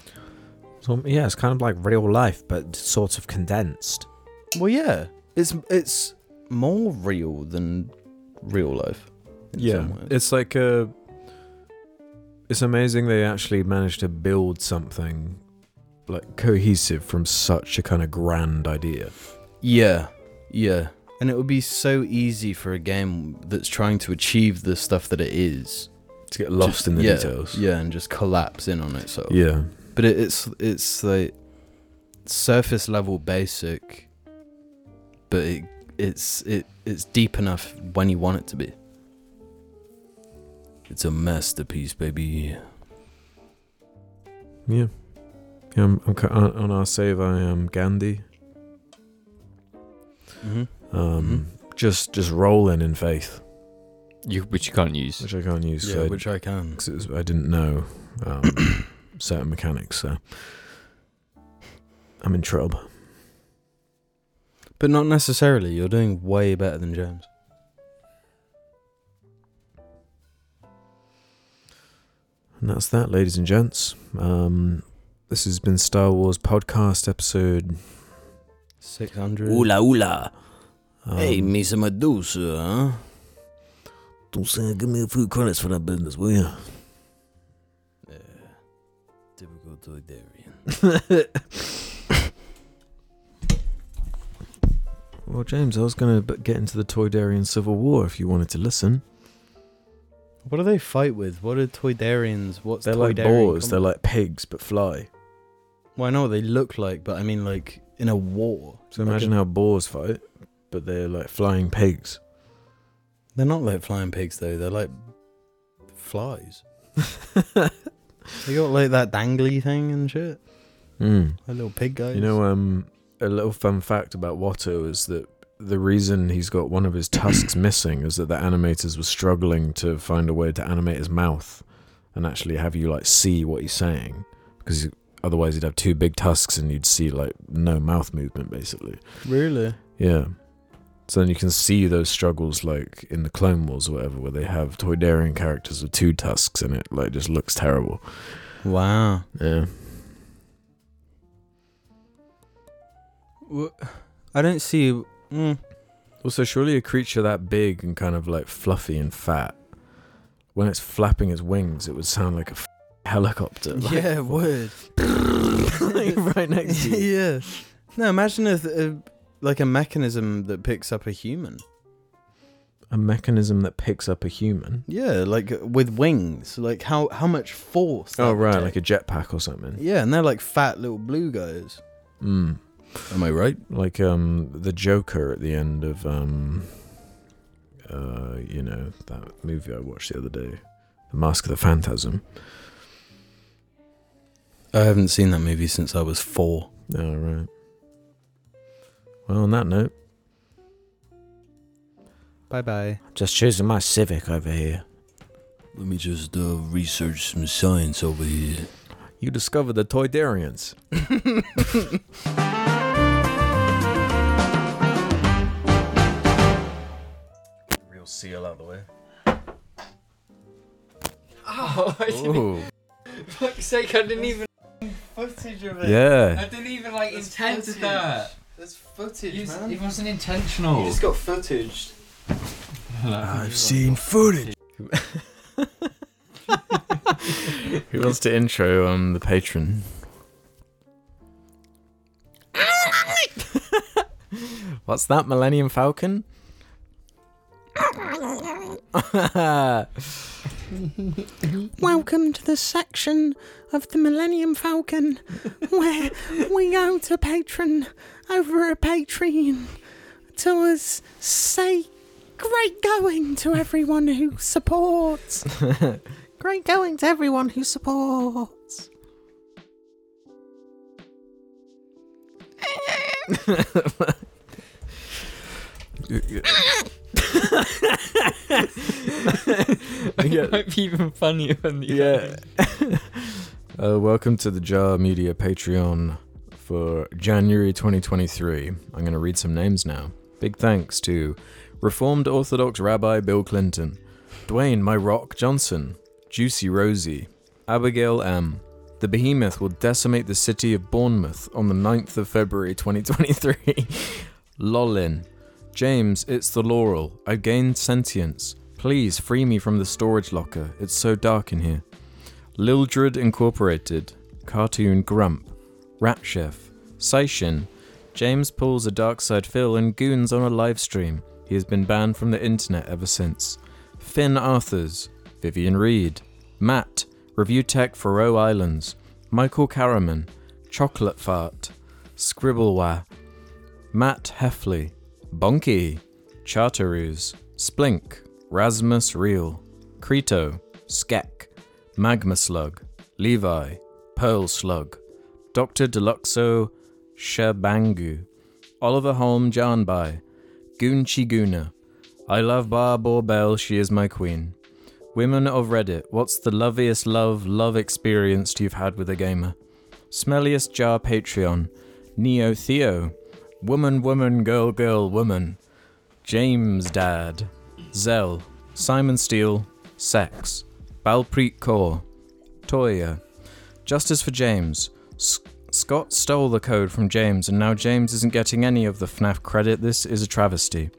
S1: So, yeah, it's kind of like real life, but sort of condensed.
S3: Well, yeah, it's it's more real than real life. in
S1: yeah,
S3: some ways.
S1: it's like a. It's amazing they actually managed to build something like cohesive from such a kind of grand idea.
S3: yeah, yeah, and it would be so easy for a game that's trying to achieve the stuff that it is.
S1: To get lost
S3: Just-
S1: in the
S3: yeah,
S1: details.
S3: Yeah, and just collapse in on itself.
S1: Yeah.
S3: but it, it's it's like surface level basic, but it, it's it it's deep enough when you want it to be. It's a masterpiece, baby.
S1: Yeah. Yeah, I'm, I'm, ca- on on our save, I am Gandhi.
S3: Mm-hmm.
S1: Um, Just just rolling in faith,
S2: You, which you can't use.
S1: which I can't use. 'cause
S3: Yeah,
S1: I,
S3: which I can.
S1: 'cause it was- I didn't know um, certain mechanics, so I'm in trouble.
S3: But not necessarily. You're doing way better than James.
S1: And that's that, ladies and gents. Um, this has been Star Wars Podcast episode.
S3: 600.
S1: oola.
S3: Hey,
S1: Um,
S3: me some Medusa, huh?
S1: don't say, give me a few credits for that business, will you?
S3: Yeah. Typical Toydarian.
S1: Well, James, I was going to get into the Toydarian Civil War if you wanted to listen.
S3: What do they fight with? What are Toydarians? What's
S1: They're like
S3: Toydarian
S1: boars,
S3: com-
S1: they're like pigs, but fly.
S3: well, I know what they look like, but I mean, like, in a war.
S1: So
S3: Like
S1: imagine
S3: a-
S1: how boars fight, but they're like flying pigs.
S3: They're not like flying pigs, though. They're like flies. They got, like, that dangly thing and shit.
S1: Mm.
S3: Like little pig guys.
S1: You know, um, a little fun fact about Watto is that the reason he's got one of his tusks missing is that the animators were struggling to find a way to animate his mouth and actually have you like see what he's saying because he- otherwise he'd have two big tusks and you'd see like no mouth movement basically.
S3: Really?
S1: Yeah. So then you can see those struggles like in the Clone Wars or whatever where they have Toydarian characters with two tusks and it like just looks terrible.
S3: Wow.
S1: Yeah.
S3: I don't see. Mm.
S1: Also, surely a creature that big and kind of like fluffy and fat, when it's flapping its wings, it would sound like a f- helicopter. like-
S3: Yeah, word.
S1: like right next to you.
S3: yeah. No, imagine if, uh, like a mechanism that picks up a human.
S1: A mechanism that picks up a human.
S3: Yeah, like uh, with wings. Like how how much force? that
S1: Oh,
S3: would
S1: right,
S3: take.
S1: like a jetpack or something.
S3: yeah, and they're like fat little blue guys.
S1: Mm.
S3: Am I right?
S1: Like um, the Joker at the end of um, uh, you know that movie I watched the other day, The Mask of the Phantasm.
S3: I haven't seen that movie since I was four.
S1: Oh, right. Well, on that note,
S3: Bye bye.
S1: just choosing my Civic over here.
S3: Let me just uh, research some science over here.
S1: You discover the Toydarians.
S3: Real seal out the way.
S2: Oh, I
S1: Ooh.
S2: fuck's sake, I didn't even.
S3: Footage of
S1: Yeah.
S2: didn't even like
S3: It's intend footage. that. There's footage,
S2: wasn't intentional.
S3: got footage.
S2: I've
S10: seen footage.
S1: Who wants to intro um, the patron? What's that, Millennium Falcon?
S11: Welcome to the section of the Millennium Falcon where we go to patron over a Patreon to us say great going to everyone who supports. great going to everyone who supports.
S2: It might be even funnier than the
S1: Yeah. uh, welcome to the Jar Media Patreon for January 2023. I'm going to read some names now. Big thanks to Reformed Orthodox Rabbi Bill Clinton, Dwayne My Rock Johnson, Juicy Rosie, Abigail M. The behemoth will decimate the city of Bournemouth on the 9th of February 2023. Lolin. James, it's the Laurel. I've gained sentience. Please free me from the storage locker. It's so dark in here. Lildred Incorporated, Cartoon Grump, Rat Chef, Saishin, James pulls a dark side Phil and goons on a live stream. He has been banned from the internet ever since. Finn Arthurs, Vivian Reed, Matt, Review Tech Faroe Islands, Michael Caraman, Chocolate Fart, Scribblewa, Matt Heffley, Bonky, Charteroos, Splink, Rasmus Reel, Crito, Skek, Magma Slug, Levi, Pearl Slug, Dr. Deluxo Shabangu, Oliver Holm Janbai, Goonchi Guna, I love Barbor Bell, she is my queen. Women of Reddit, what's the loveliest love, love experience you've had with a gamer? Smelliest Jar Patreon, Neo Theo, Woman, Woman, Girl, Girl, Woman, James Dad, Zell, Simon Steele, Sex, Balpreet Kaur, Toya, Justice for James. S- Scott stole the code from James, and now James isn't getting any of the FNAF credit. This is a travesty.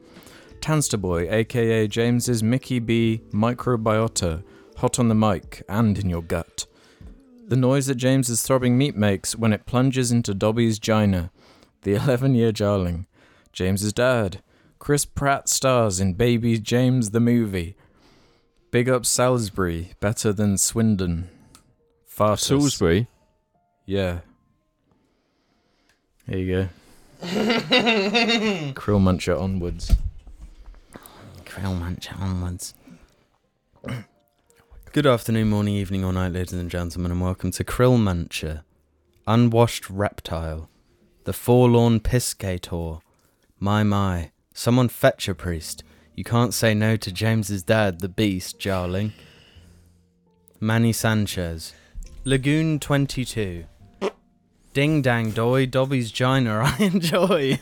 S1: Tansterboy, aka James's Mickey B. Microbiota, hot on the mic and in your gut. The noise that James's throbbing meat makes when it plunges into Dobby's gina, the 11 year jarling. James's dad. Chris Pratt stars in Baby James the Movie. Big up Salisbury, better than Swindon. Fartus.
S2: Salisbury.
S1: Yeah. Here you go. Krill Muncher onwards.
S3: Krill muncher onwards. Good afternoon, morning, evening, or night, ladies and gentlemen, and welcome to Krill Muncher, Unwashed Reptile, The Forlorn Piscator, My My, Someone Fetch a Priest, You Can't Say No to James's Dad, The Beast, Jarling, Manny Sanchez, Lagoon 22, Ding Dang Doy, Dobby's Gina, I Enjoy,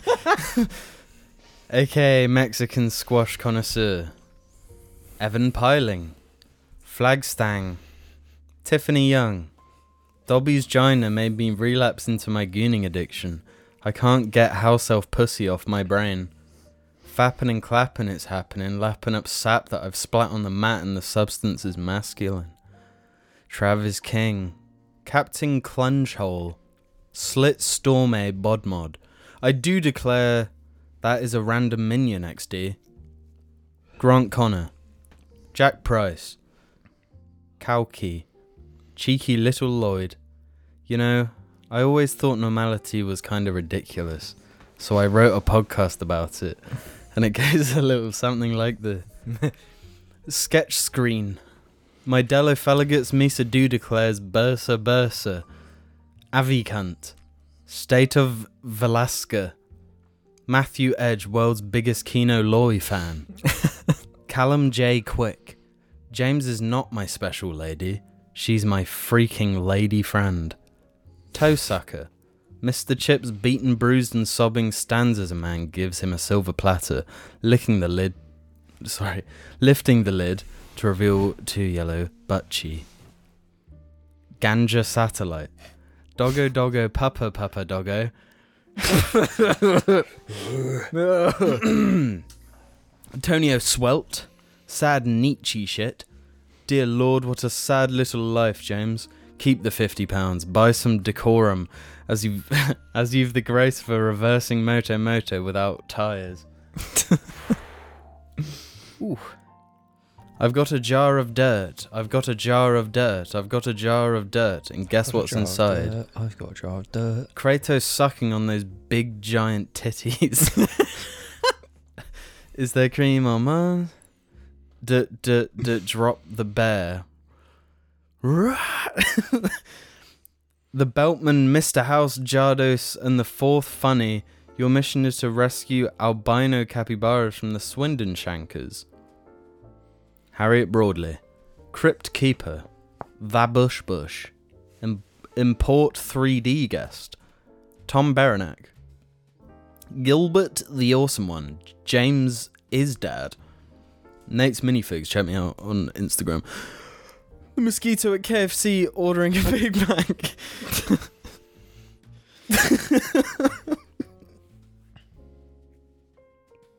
S3: aka Mexican Squash Connoisseur, Evan Piling, Flagstang, Tiffany Young. Dobby's Gina made me relapse into my gooning addiction. I can't get house elf pussy off my brain. Fapping and clapping, it's happening, lapping up sap that I've splat on the mat, and the substance is masculine. Travis King, Captain Clungehole, Slit Storme Bodmod. I do declare that is a random minion XD. Grant Connor, Jack Price, Kalki, Cheeky Little Lloyd. You know, I always thought normality was kind of ridiculous, so I wrote a podcast about it, and it goes a little something like the sketch screen. My Delophalagates Misa do declares Bursa Bursa, Avicunt, State of Velasca, Matthew Edge, world's biggest Kino Loy fan, Callum J. Quick, James is not my special lady. She's my freaking lady friend. Toe sucker. Mr. Chip's beaten, bruised, and sobbing stands as a man gives him a silver platter, licking the lid. Sorry, lifting the lid to reveal two yellow buttchi. Ganja satellite. Doggo, doggo, papa, papa, doggo. Antonio Swelt. Sad Nietzsche shit. Dear Lord, what a sad little life, James. Keep the fifty pounds. Buy some decorum, as you have as you've the grace for reversing moto moto without tires. Ooh. I've got a jar of dirt. I've got a jar of dirt. I've got a jar of dirt. And guess what's inside?
S2: Uh, I've got a jar of dirt.
S3: Kratos sucking on those big giant titties. Is there cream on mine? D d d drop the bear. Rah! the Beltman, Mr. House, Jardos, and the fourth funny. Your mission is to rescue albino capybaras from the Swindon Shankers. Harriet Broadley, Crypt Keeper, Vabush Bush, Im- Import 3D Guest, Tom Berenak, Gilbert the Awesome One, James is Dad, Nate's Minifigs, check me out on Instagram, The Mosquito at KFC ordering a Big Mac.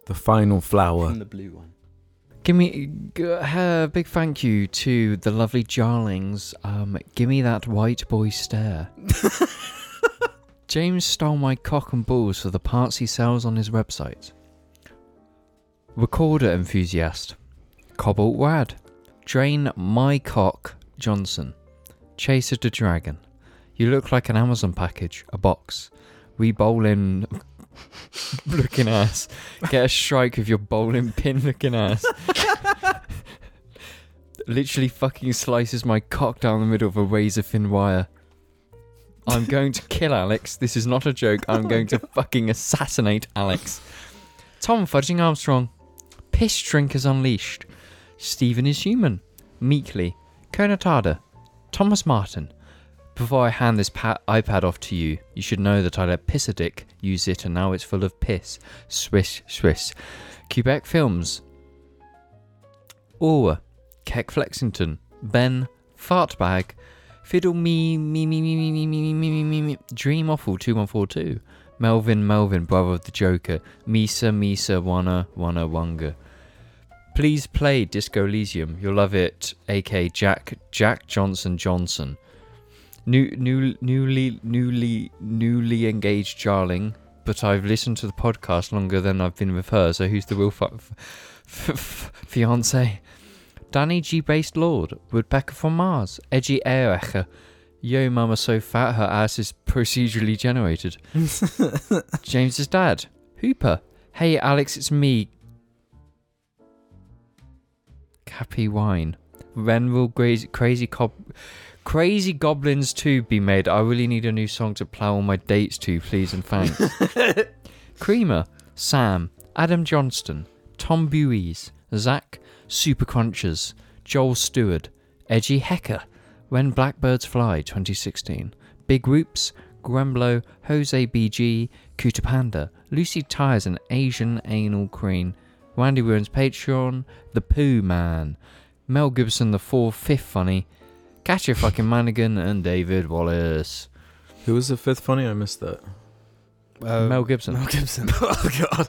S1: The final flower.
S3: the blue one.
S2: Give me g- uh, big thank you to the lovely Jarlings. Um, give me that white boy stare. James stole my cock and balls for the parts he sells on his website. Recorder enthusiast, Cobalt Wad, Drain My Cock Johnson, Chaser the Dragon. You look like an Amazon package, a box. We bowling looking ass. Get a strike with your bowling pin looking ass. Literally fucking slices my cock down the middle of a razor thin wire. I'm going to kill Alex. This is not a joke. I'm going to fucking assassinate Alex. Tom Fudging Armstrong. Piss Drinkers Unleashed. Stephen is Human. Meekly. Kernatada. Thomas Martin. Before I hand this pa- iPad off to you, you should know that I let Pissadick use it and now it's full of piss. Swish, swish. Quebec Films. Orwa. Keck Flexington. Ben. Fartbag. Fiddle me, me, me, me, me, me, me, me, me, me, me, me. Dream Awful 2142. Melvin, Melvin, brother of the Joker. Misa, Misa, Wana, Wana, Wanga. Please play Disco Elysium. You'll love it. AK Jack, Jack Johnson Johnson. New, new, newly, newly, newly engaged Jarling, but I've listened to the podcast longer than I've been with her. So who's the real fu- f- f- fiance? Danny G. Based Lord, Woodpecker from Mars, Edgy Airacher. Yo, mama, so fat her ass is procedurally generated. James's dad, Hooper. Hey, Alex, it's me. Cappy Wine. Ren will graze, crazy cob. Crazy Goblins 2 be made. I really need a new song to plough all my dates to, please and thanks. Creamer, Sam, Adam Johnston, Tom Buies, Zach, Super Crunchers, Joel Stewart, Edgy Hecker, When Blackbirds Fly 2016, Big Whoops, Gremlo, Jose BG, Cooter Panda, Lucy Tires and Asian Anal Queen, Randy Warren's Patreon, The Pooh Man, Mel Gibson the 4 5th Funny, Catch your fucking Manigan and David Wallace.
S4: Who was the fifth funny? I missed that.
S2: Mel Gibson.
S3: Mel Gibson.
S4: oh god.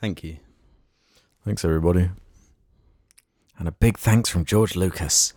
S3: Thank you.
S1: Thanks, everybody. And a big thanks from George Lucas.